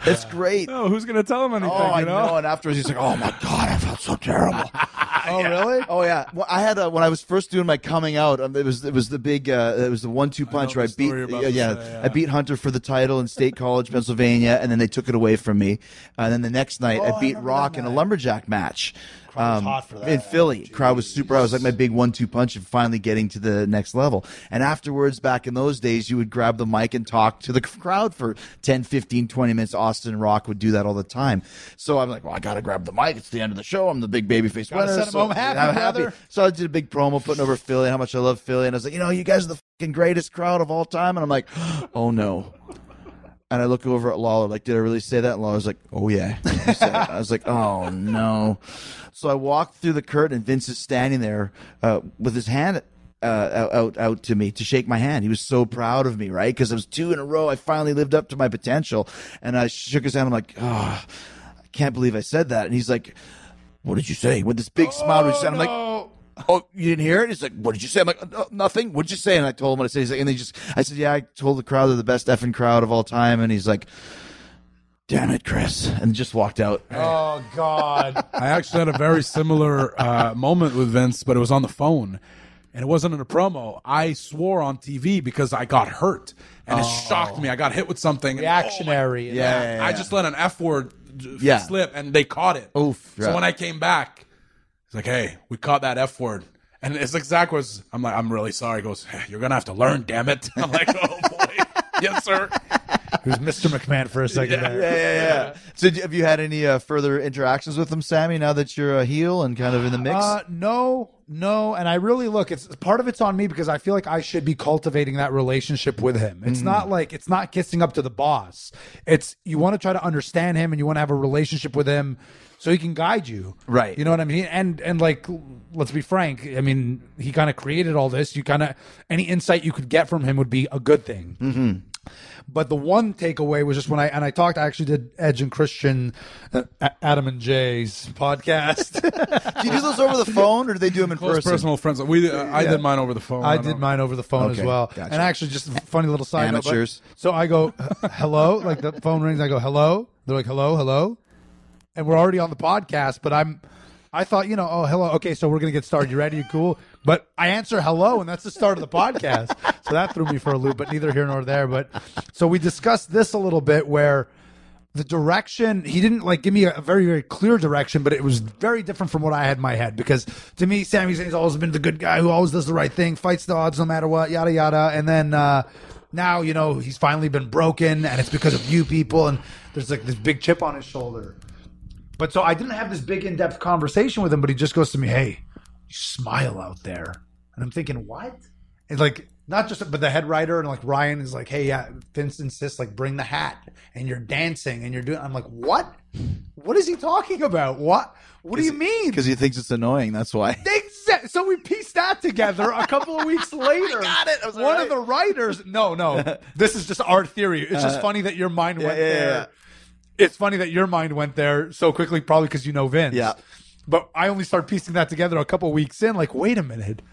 That's great.
no, who's gonna tell him anything?
Oh, I
you know?
know. And afterwards, he's like, "Oh my god, I felt so terrible."
Oh, really?
Oh yeah, well, I had uh, when I was first doing my coming out. Um, it was it was the big uh, it was the one two punch
know
where I
the
beat
story
yeah,
about this,
yeah,
yeah, yeah.
I beat Hunter for the title in State College, Pennsylvania, and then they took it away from me. And then the next night,
Oh,
I beat Rock in a lumberjack match. um,
was hot for that. Oh,
in Philly. Crowd was super. I was like my big one two punch and finally getting to the next level. And afterwards, back in those days, you would grab the mic and talk to the crowd for 10, 15, 20 minutes. Austin Rock would do that all the time. So I'm like, well, I got to grab the mic. It's the end of the show. I'm the big babyface
Gotta
winner.
send 'em
so
home happy,
I'm
brother.
So I did a big promo putting over Philly and how much I love Philly. And I was like, you know, you guys are the fucking greatest crowd of all time. And I'm like, oh no. And I look over at Lawler, like, did I really say that? And Lawler's like, oh, yeah. You said it. I was like, oh, no. So I walked through the curtain, and Vince is standing there uh, with his hand uh, out, out, out to me to shake my hand. He was so proud of me, right? Because it was two in a row. I finally lived up to my potential. And I shook his hand. I'm like, oh, I can't believe I said that. And he's like, what did you say? With this big smile on his face, I'm like, oh, you didn't hear it? He's like, what did you say? I'm like, "Uh, nothing. What'd you say? And I told him what I said. He's like, and they just, I said, yeah, I told the crowd they're the best effing crowd of all time. And he's like, damn it, Chris, and just walked out.
Oh God.
I actually had a very similar uh, moment with Vince, but it was on the phone. And it wasn't in a promo. I swore on TV because I got hurt. And
Oh.
it shocked me. I got hit with something. and- oh
Reactionary.
Yeah, yeah,
I
yeah.
just let an F word j-
Yeah.
slip and they caught it.
Oof,
So
yeah.
when I came back, it's like, hey, we caught that F word. And it's exact words. I'm like, I'm really sorry. He goes, "Hey, you're going to have to learn, damn it. I'm like, oh boy. yes, sir.
It was Mr. McMahon for a second there.
yeah, yeah, yeah. So, d- have you had any uh, further interactions with him, Sammy? Now that you're a heel and kind of in the mix,
Uh, no, no, and I really look. It's part of it's on me because I feel like I should be cultivating that relationship with him. It's not like it's not kissing up to the boss. It's you want to try to understand him and you want to have a relationship with him so he can guide you.
Right.
You know what I mean? And and like let's be frank. I mean, he kind of created all this. You kind of any insight you could get from him would be a good thing. But the one takeaway was just when I and I talked. I actually did Edge and Christian, uh, A- Adam and Jay's podcast.
do you do those over the phone or do they do them in
Close
person?
personal friends. We, uh, I did mine over the phone.
I
don't-
did mine over the phone as
Okay,
well.
gotcha.
And actually, just a funny little side note, but-
Amateurs.
so I go, hello, like the phone rings. I go, hello. They're like, hello, hello, and we're already on the podcast. But I'm, I thought, you know, oh, hello. Okay, so we're gonna get started. You ready? You cool? But I answer hello, and that's the start of the podcast. so that threw me for a loop. But neither here nor there. But so we discussed this a little bit where the direction he didn't like give me a very very clear direction but it was very different from what i had in my head because to me Sami Zayn's always been the good guy who always does the right thing fights the odds no matter what yada yada and then uh now you know he's finally been broken and it's because of you people and there's like this big chip on his shoulder but so i didn't have this big in-depth conversation with him but he just goes to me hey you smile out there and i'm thinking what and like not just but the head writer and like Ryan is like, hey, yeah, Vince insists like bring the hat and you're dancing and you're doing. I'm like, what? What is he talking about? What? What do you mean?
because he thinks it's annoying. That's why.
Exa- So we pieced that together a couple of weeks later.
got it. I was like,
One of the writers. No, no. This is just our theory. It's just funny that your mind went
Uh, yeah, yeah,
there. It's funny that your mind went there so quickly, probably because you know Vince.
Yeah.
But I only started piecing that together a couple of weeks in. Like, wait a minute.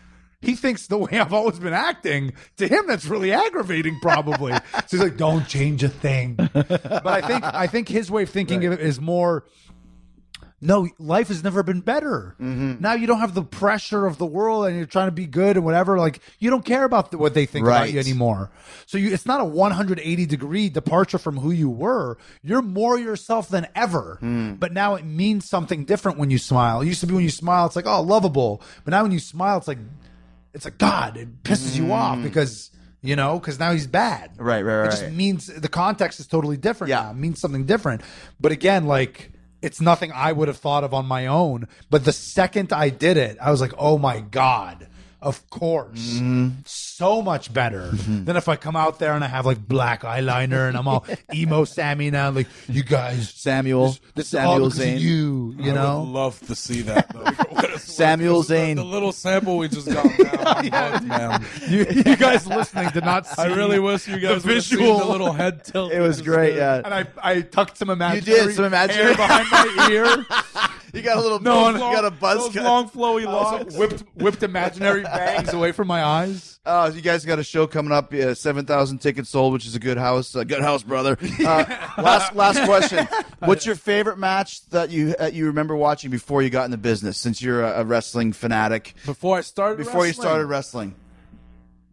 He thinks the way I've always been acting to him that's really aggravating, probably. so he's like, "Don't change a thing." But I think I think his way of thinking of it is more no, life has never been better.
Mm-hmm.
Now you don't have the pressure of the world, and you're trying to be good and whatever. Like you don't care about th- what they think about
Right.
you anymore. So you, it's not a 180 degree departure from who you were. You're more yourself than ever.
Hmm.
But now it means something different when you smile. It used to be when you smile, it's like oh lovable. But now when you smile, it's like it's like God. It pisses you off because you know because now he's bad.
Hmm. Right, right,
It just
right.
means the context is totally different.
Yeah.
now. It means something different. But again, like it's nothing I would have thought of on my own. But the second I did it, I was like, oh my God. Of course, so much better than if I come out there and I have like black eyeliner and I'm all emo Sammy now. Like you guys,
Samuel.
this, this is
Samuel
all because of
Zane.
you, you
I would
know.
love to see that. Though. What is-
Samuel
what is-
Zane.
uh, The, the little sample we just got. Now. I love, man.
You, you guys listening did not see.
I really wish you guys would have seen
visual.
the little head tilt.
It was great. Yeah,
And I, I tucked some imaginary.
did, some imaginary-
hair behind my ear.
you got a little.
No,
you
no,
got a buzz
Those
cut.
long flowy
Also
locks.
whipped whipped imaginary bangs away from my eyes.
Oh, you guys got a show coming up. Uh, Seven thousand tickets sold, which is a good house. A good house, brother. Uh, last last question. What's your favorite match that you uh, you remember watching before you got in the business? Since you're a, a wrestling fanatic,
Before I started.
before you started wrestling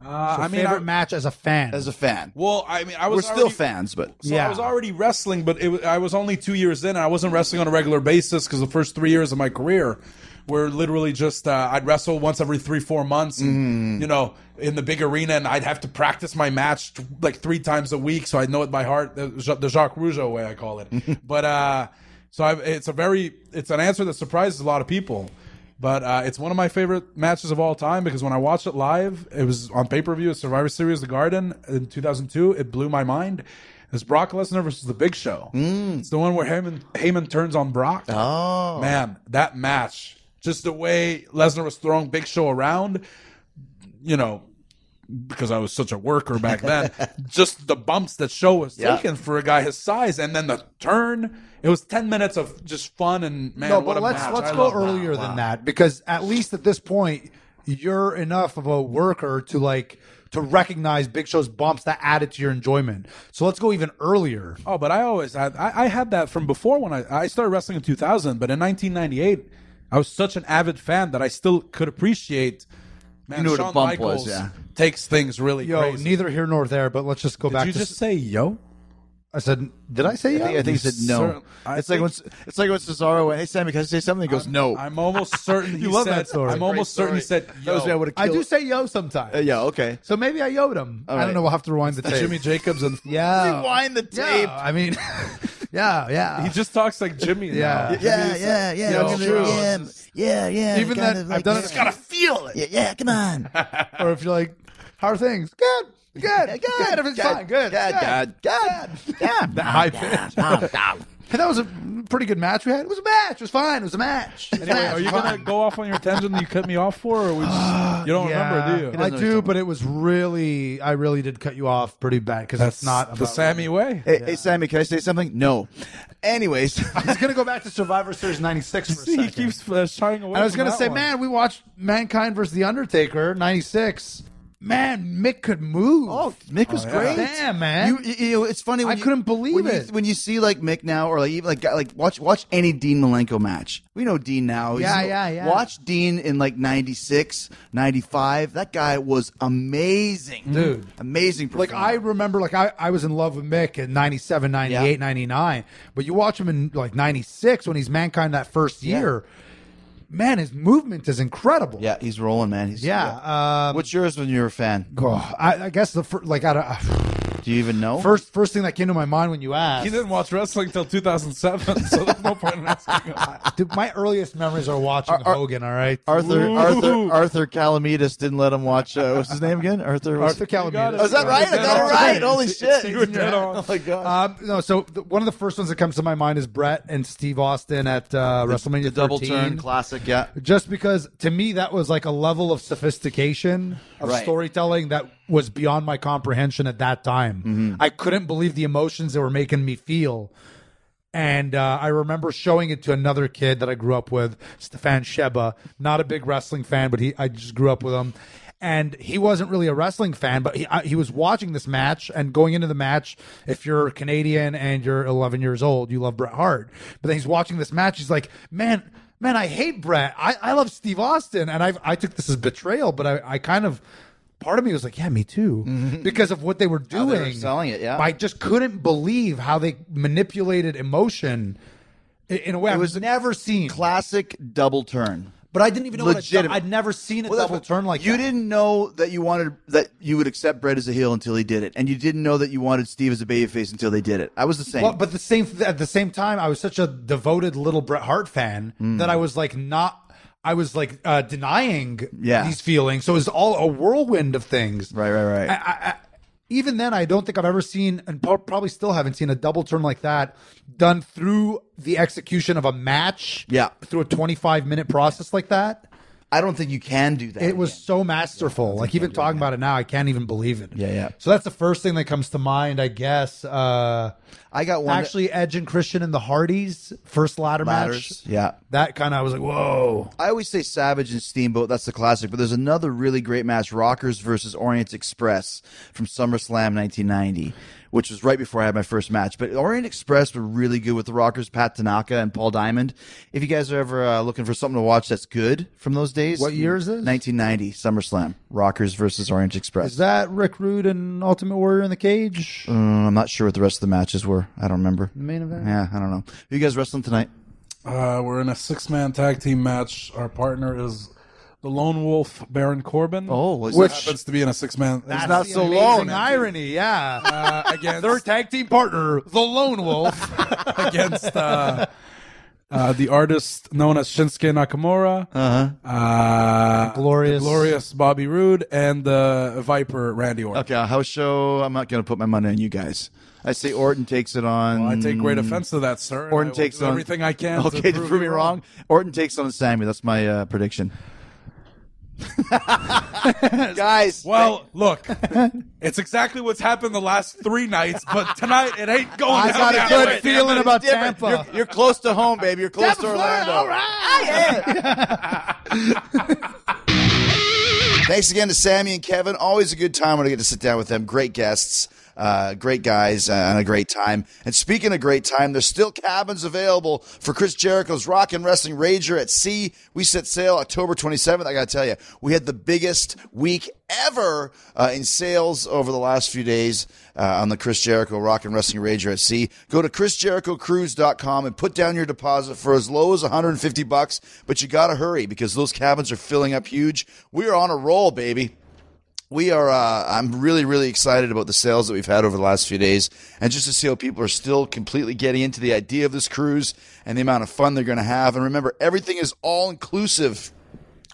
Uh, I mean, I,
favorite match as a fan.
as a fan.
well, I mean, I
We're
was
still
already-
fans, but
So
Yeah.
I was already wrestling, but it, wa- I was only two years in. And I wasn't wrestling on a regular basis because the first three years of my career were literally just uh, I'd wrestle once every three, four months, and,
Mm.
you know, in the big arena, and I'd have to practice my match t- like three times a week, so I know it by heart. The, Ja- the Jacques Rougeau way, I call it. but uh, so I've, it's a very it's an answer that surprises a lot of people. But uh, it's one of my favorite matches of all time because when I watched it live, it was on pay per view at Survivor Series The Garden in 2002. It blew my mind. It's Brock Lesnar versus The Big Show.
Mm.
It's the one where Heyman, Heyman turns on Brock. Oh. Man, that match. Just the way Lesnar was throwing Big Show around, you know, because I was such a worker back then, just the bumps that Show was
Yeah.
taking for a guy his size. And then the turn. It was 10 minutes of just fun and, man,
no,
what
but
a
let's
match.
let's
I
go
love that.
earlier than that because at least at this point you're enough of a worker to like to recognize Big Show's bumps that added to your enjoyment. So let's go even earlier.
Oh, but I always I, I I had that from before when I I started wrestling in 2000, but in 1998 I was such an avid fan that I still could appreciate. Man,
You knew what a
Shawn
bump was,
Michaels
yeah.
Takes things really
Yo,
crazy.
neither here nor there, but let's just go
Did
back
you
to
just say yo?
I said, did I
I
say
think, I
yeah?
think he said no.
Cer- I
it's
think-
like when it's like when Cesaro went, "Hey Sammy, can I say something?" He goes, "No."
I'm almost certain. he
You love
said,
that story.
I'm
Great
almost certain he said
That was-
yo.
I would've
I do
killed-
say yo sometimes.
Uh, yeah. Okay.
So maybe I yoed him. I
right.
don't know. We'll have to rewind the tape.
Jimmy Jacobs and
yeah.
Rewind the
Yeah,
tape.
I mean, yeah, yeah.
He just talks like Jimmy.
Yeah.
now.
Yeah, yeah, yeah.
Yo,
I'm gonna-
true.
yeah, yeah, yeah.
Even
kind
that-
of
I've done it- Just gotta
feel it. Yeah, yeah, come on. Good,
or if you're like, how are things? Good, good, good. Everything's fine. Good,
God, God, God, God.
That high pitch. Hey, that was a pretty good match we had. It was a match. It was fine. It was a match. It was a
Anyway,
match.
are you
It was
gonna
fine.
go off on your tangent that you cut me off for, or we just, you don't remember, do you?
I do, but it was really, I really did cut you off pretty bad because it's not
the
about-
Sammy way.
Hey, hey, Sammy, can I say something? No. Anyways,
I was gonna go back to Survivor Series '96 for a second.
he keeps uh, shying away.
And I was
from
gonna
that
say,
one.
man, we watched Mankind versus The Undertaker '96. Man, Mick could move.
oh, Mick was
Oh, yeah.
great.
Damn, man.
You, you, you- it's funny. When
I
you-
couldn't believe
when you-
it.
when you see like Mick now, or like even like guy- like watch watch any Dean Malenko match. We know Dean now.
Yeah, yeah, yeah.
Watch Dean in like 96, 95. That guy was amazing,
Dude.
Amazing.
Like I
performer.
remember, like I, I was in love with Mick in 97, 98,
Yeah.
99. But you watch him in like 96 when he's Mankind that first year. Man, his movement is incredible.
yeah, he's rolling, man. He's,
Yeah. Um,
What's yours when you're a fan?
oh, I, I guess the fir- like I don't,
Do you even know?
first first thing that came to my mind when you asked.
he didn't watch wrestling till 2007, so there's no point in asking. Him.
Dude, my earliest memories are watching
Ar-
Hogan. All right,
Arthur Arthur Arthur Calamitas didn't let him watch. Uh, what's his name again? Arthur.
Arthur
got
Calamita.
it.
Oh, is that right? I got it right. Holy shit!
You were dead on.
Oh my god.
Um, no, so the, one of the first ones that comes to my mind is Brett and Steve Austin at uh, WrestleMania
the double
13.
turn classic. Yeah.
just because to me that was like a level of sophistication of
Right.
storytelling that was beyond my comprehension at that time. I couldn't believe the emotions they were making me feel. And uh, I remember showing it to another kid that I grew up with, Stefan Sheba. Not a big wrestling fan, but he I just grew up with him. And he wasn't really a wrestling fan, but he I, he was watching this match and going into the match. If you're Canadian and you're 11 years old, you love Bret Hart. But then he's watching this match. He's like, man, man, I hate Brett. I, I love Steve Austin. And I I took this as betrayal, but I, I kind of. Part of me was like, yeah, me too, because of what they were doing.
Mm-hmm. they were selling it, yeah.
I just couldn't believe how they manipulated emotion i- in a way I've
was a
never seen.
Classic double turn.
but I didn't even know what a dou-
Legitimate.
I'd never seen a
Well, that's
double
what-
turn like
you
that.
didn't know that you wanted that you would accept Brett as a heel until he did it, and you didn't know that you wanted Steve as a babyface until they did it. I was the same.
Well, but the same at the same time, I was such a devoted little Bret Hart fan
Hmm.
that I was like not. I was like uh, denying
Yeah.
these feelings, so it was all a whirlwind of things.
right, right, right.
even then, I don't think I've ever seen, and pro- probably still haven't seen, a double turn like that done through the execution of a match.
Yeah.
Through a 25 minute process like that.
I don't think you can do that.
It was so masterful. like, even talking about it now, I can't even believe it.
Yeah, yeah.
So that's the first thing that comes to mind, I guess. Uh,
I got one. that-
actually, Edge and Christian and the Hardys, first ladder
Ladders,
match.
yeah.
That kind of, I was like, whoa.
I always say Savage and Steamboat. That's the classic. But there's another really great match, Rockers versus Orient Express from SummerSlam 1990, which was right before I had my first match. But Orient Express were really good with the Rockers, Pat Tanaka and Paul Diamond. If you guys are ever uh, looking for something to watch that's good from those days,
What year is this?
1990 SummerSlam, Rockers versus Orient Express.
Is that Rick Rude and Ultimate Warrior in the cage?
Mm, I'm not sure what the rest of the matches were. I don't remember.
main event?
Yeah, I don't know. Who you guys wrestling tonight?
Uh, we're in a six-man tag team match. Our partner is the Lone Wolf Baron Corbin.
Oh, is
which
that-
happens to be in a six-man.
That's
not
the
so
amazing
lone.
Irony, yeah.
uh, against
Their tag team partner, the Lone Wolf.
against uh, uh, the artist known as Shinsuke Nakamura, uh-huh.
Glorious.
glorious Bobby Roode, and uh, Viper Randy Orton.
Okay, a house show. I'm not going to put my money on you guys. I say Orton takes it on.
I take great offense to that, sir. and
Orton
I will
takes
do
on
everything I can.
Okay,
to
prove, me wrong. Orton takes on Sammy. That's my uh, prediction. Guys,
Well, look, it's exactly what's happened the last three nights, but tonight it ain't going.
I
down
got a
that
good
way.
feeling about Tampa.
You're, you're close to home, baby. You're close to Orlando.
All right.
Thanks again to Sammy and Kevin. Always a good time when I get to sit down with them. Great guests, uh, great guys, uh, and a great time. And speaking of great time, there's still cabins available for Chris Jericho's Rock and Wrestling Rager at Sea. We set sail October 27th. I got to tell you, we had the biggest week ever uh, in sales over the last few days uh, on the Chris Jericho Rock and Wrestling Rager at Sea. Go to chrisjerichocruise.com and put down your deposit for as low as 150 bucks, but you got to hurry because those cabins are filling up huge. We are on a roll, baby we are uh, i'm really really excited about the sales that we've had over the last few days and just to see how people are still completely getting into the idea of this cruise and the amount of fun they're going to have and remember everything is all inclusive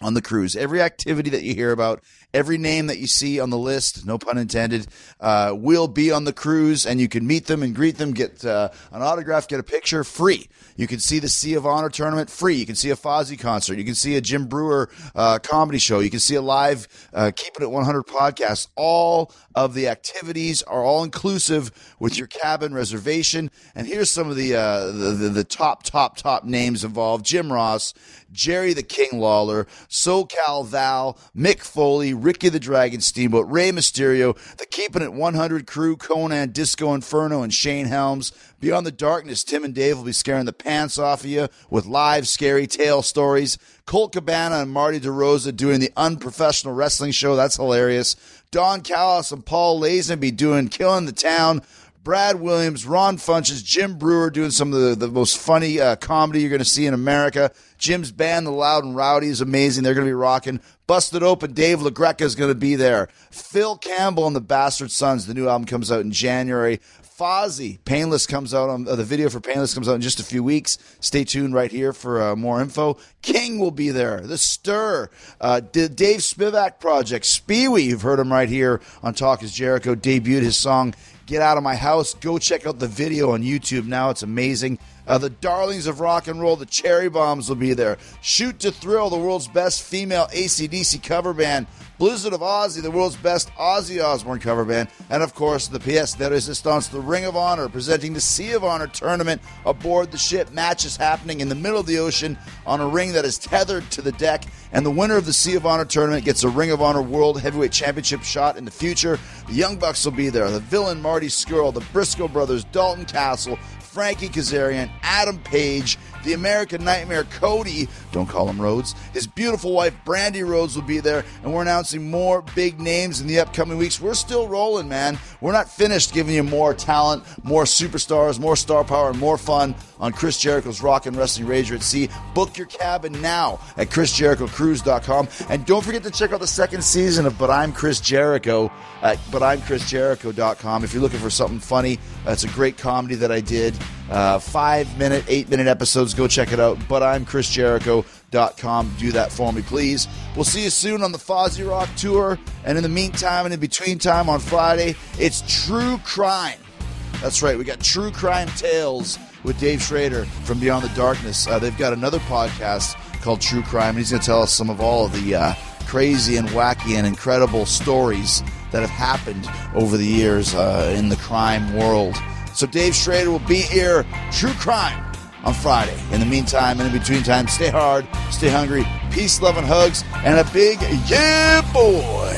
on the cruise every activity that you hear about every name that you see on the list no pun intended uh, will be on the cruise and you can meet them and greet them get uh, an autograph get a picture free you can see the sea of honor tournament free you can see a fozzy concert you can see a jim brewer uh, comedy show you can see a live uh, keeping it 100 podcast all of the activities are all inclusive with your cabin reservation and here's some of the, uh, the, the the top top top names involved jim ross jerry the king lawler socal val mick foley ricky the dragon steamboat ray mysterio the keeping it 100 crew conan disco inferno and shane helms beyond the darkness tim and dave will be scaring the pants off of you with live scary tale stories Colt Cabana and Marty DeRosa doing the unprofessional wrestling show. That's hilarious. Don Callis and Paul Lazenby doing Killing the Town. Brad Williams, Ron Funches, Jim Brewer doing some of the, the most funny uh, comedy you're going to see in America. Jim's band, The Loud and Rowdy, is amazing. They're going to be rocking. Busted Open, Dave LaGreca is going to be there. Phil Campbell and the Bastard Sons, the new album comes out in January. Fozzy, Painless comes out on uh, the video for Painless comes out in just a few weeks. Stay tuned right here for uh, more info. King will be there. The Stir, uh, D- Dave Spivak Project, Speewee. You've heard him right here on Talk Is Jericho. Debuted his song "Get Out of My House." Go check out the video on YouTube now. It's amazing. Uh, the Darlings of Rock and Roll, the Cherry Bombs will be there. Shoot to Thrill, the world's best female ACDC cover band. Blizzard of Ozzy, the world's best Ozzy Osbourne cover band. And of course, the PS de Resistance, the Ring of Honor, presenting the Sea of Honor tournament aboard the ship. Matches happening in the middle of the ocean on a ring that is tethered to the deck. And the winner of the Sea of Honor tournament gets a Ring of Honor World Heavyweight Championship shot in the future. The Young Bucks will be there. The villain Marty Skrull, the Briscoe brothers, Dalton Castle, Frankie Kazarian, Adam Page, the American Nightmare Cody, don't call him Rhodes, his beautiful wife Brandy Rhodes will be there, and we're announcing more big names in the upcoming weeks. We're still rolling, man. We're not finished giving you more talent, more superstars, more star power, and more fun on Chris Jericho's Rock and Wrestling Rager at Sea. Book your cabin now at ChrisJerichoCruise.com. And don't forget to check out the second season of But I'm Chris Jericho at ButI'mChrisJericho.com. If you're looking for something funny, that's a great comedy that I did. Uh, five minute, eight minute episodes. Go check it out. But I'm Chris Jericho.com. Do that for me, please. We'll see you soon on the Fozzy Rock Tour. And in the meantime and in between time on Friday, it's True Crime. That's right. We got True Crime Tales with Dave Schrader from Beyond the Darkness. Uh, they've got another podcast called True Crime, and he's going to tell us some of all of the uh, crazy and wacky and incredible stories that have happened over the years uh, in the crime world. So Dave Schrader will be here, True Crime, on Friday. In the meantime, and in between time, stay hard, stay hungry, peace, love, and hugs, and a big yeah, boy.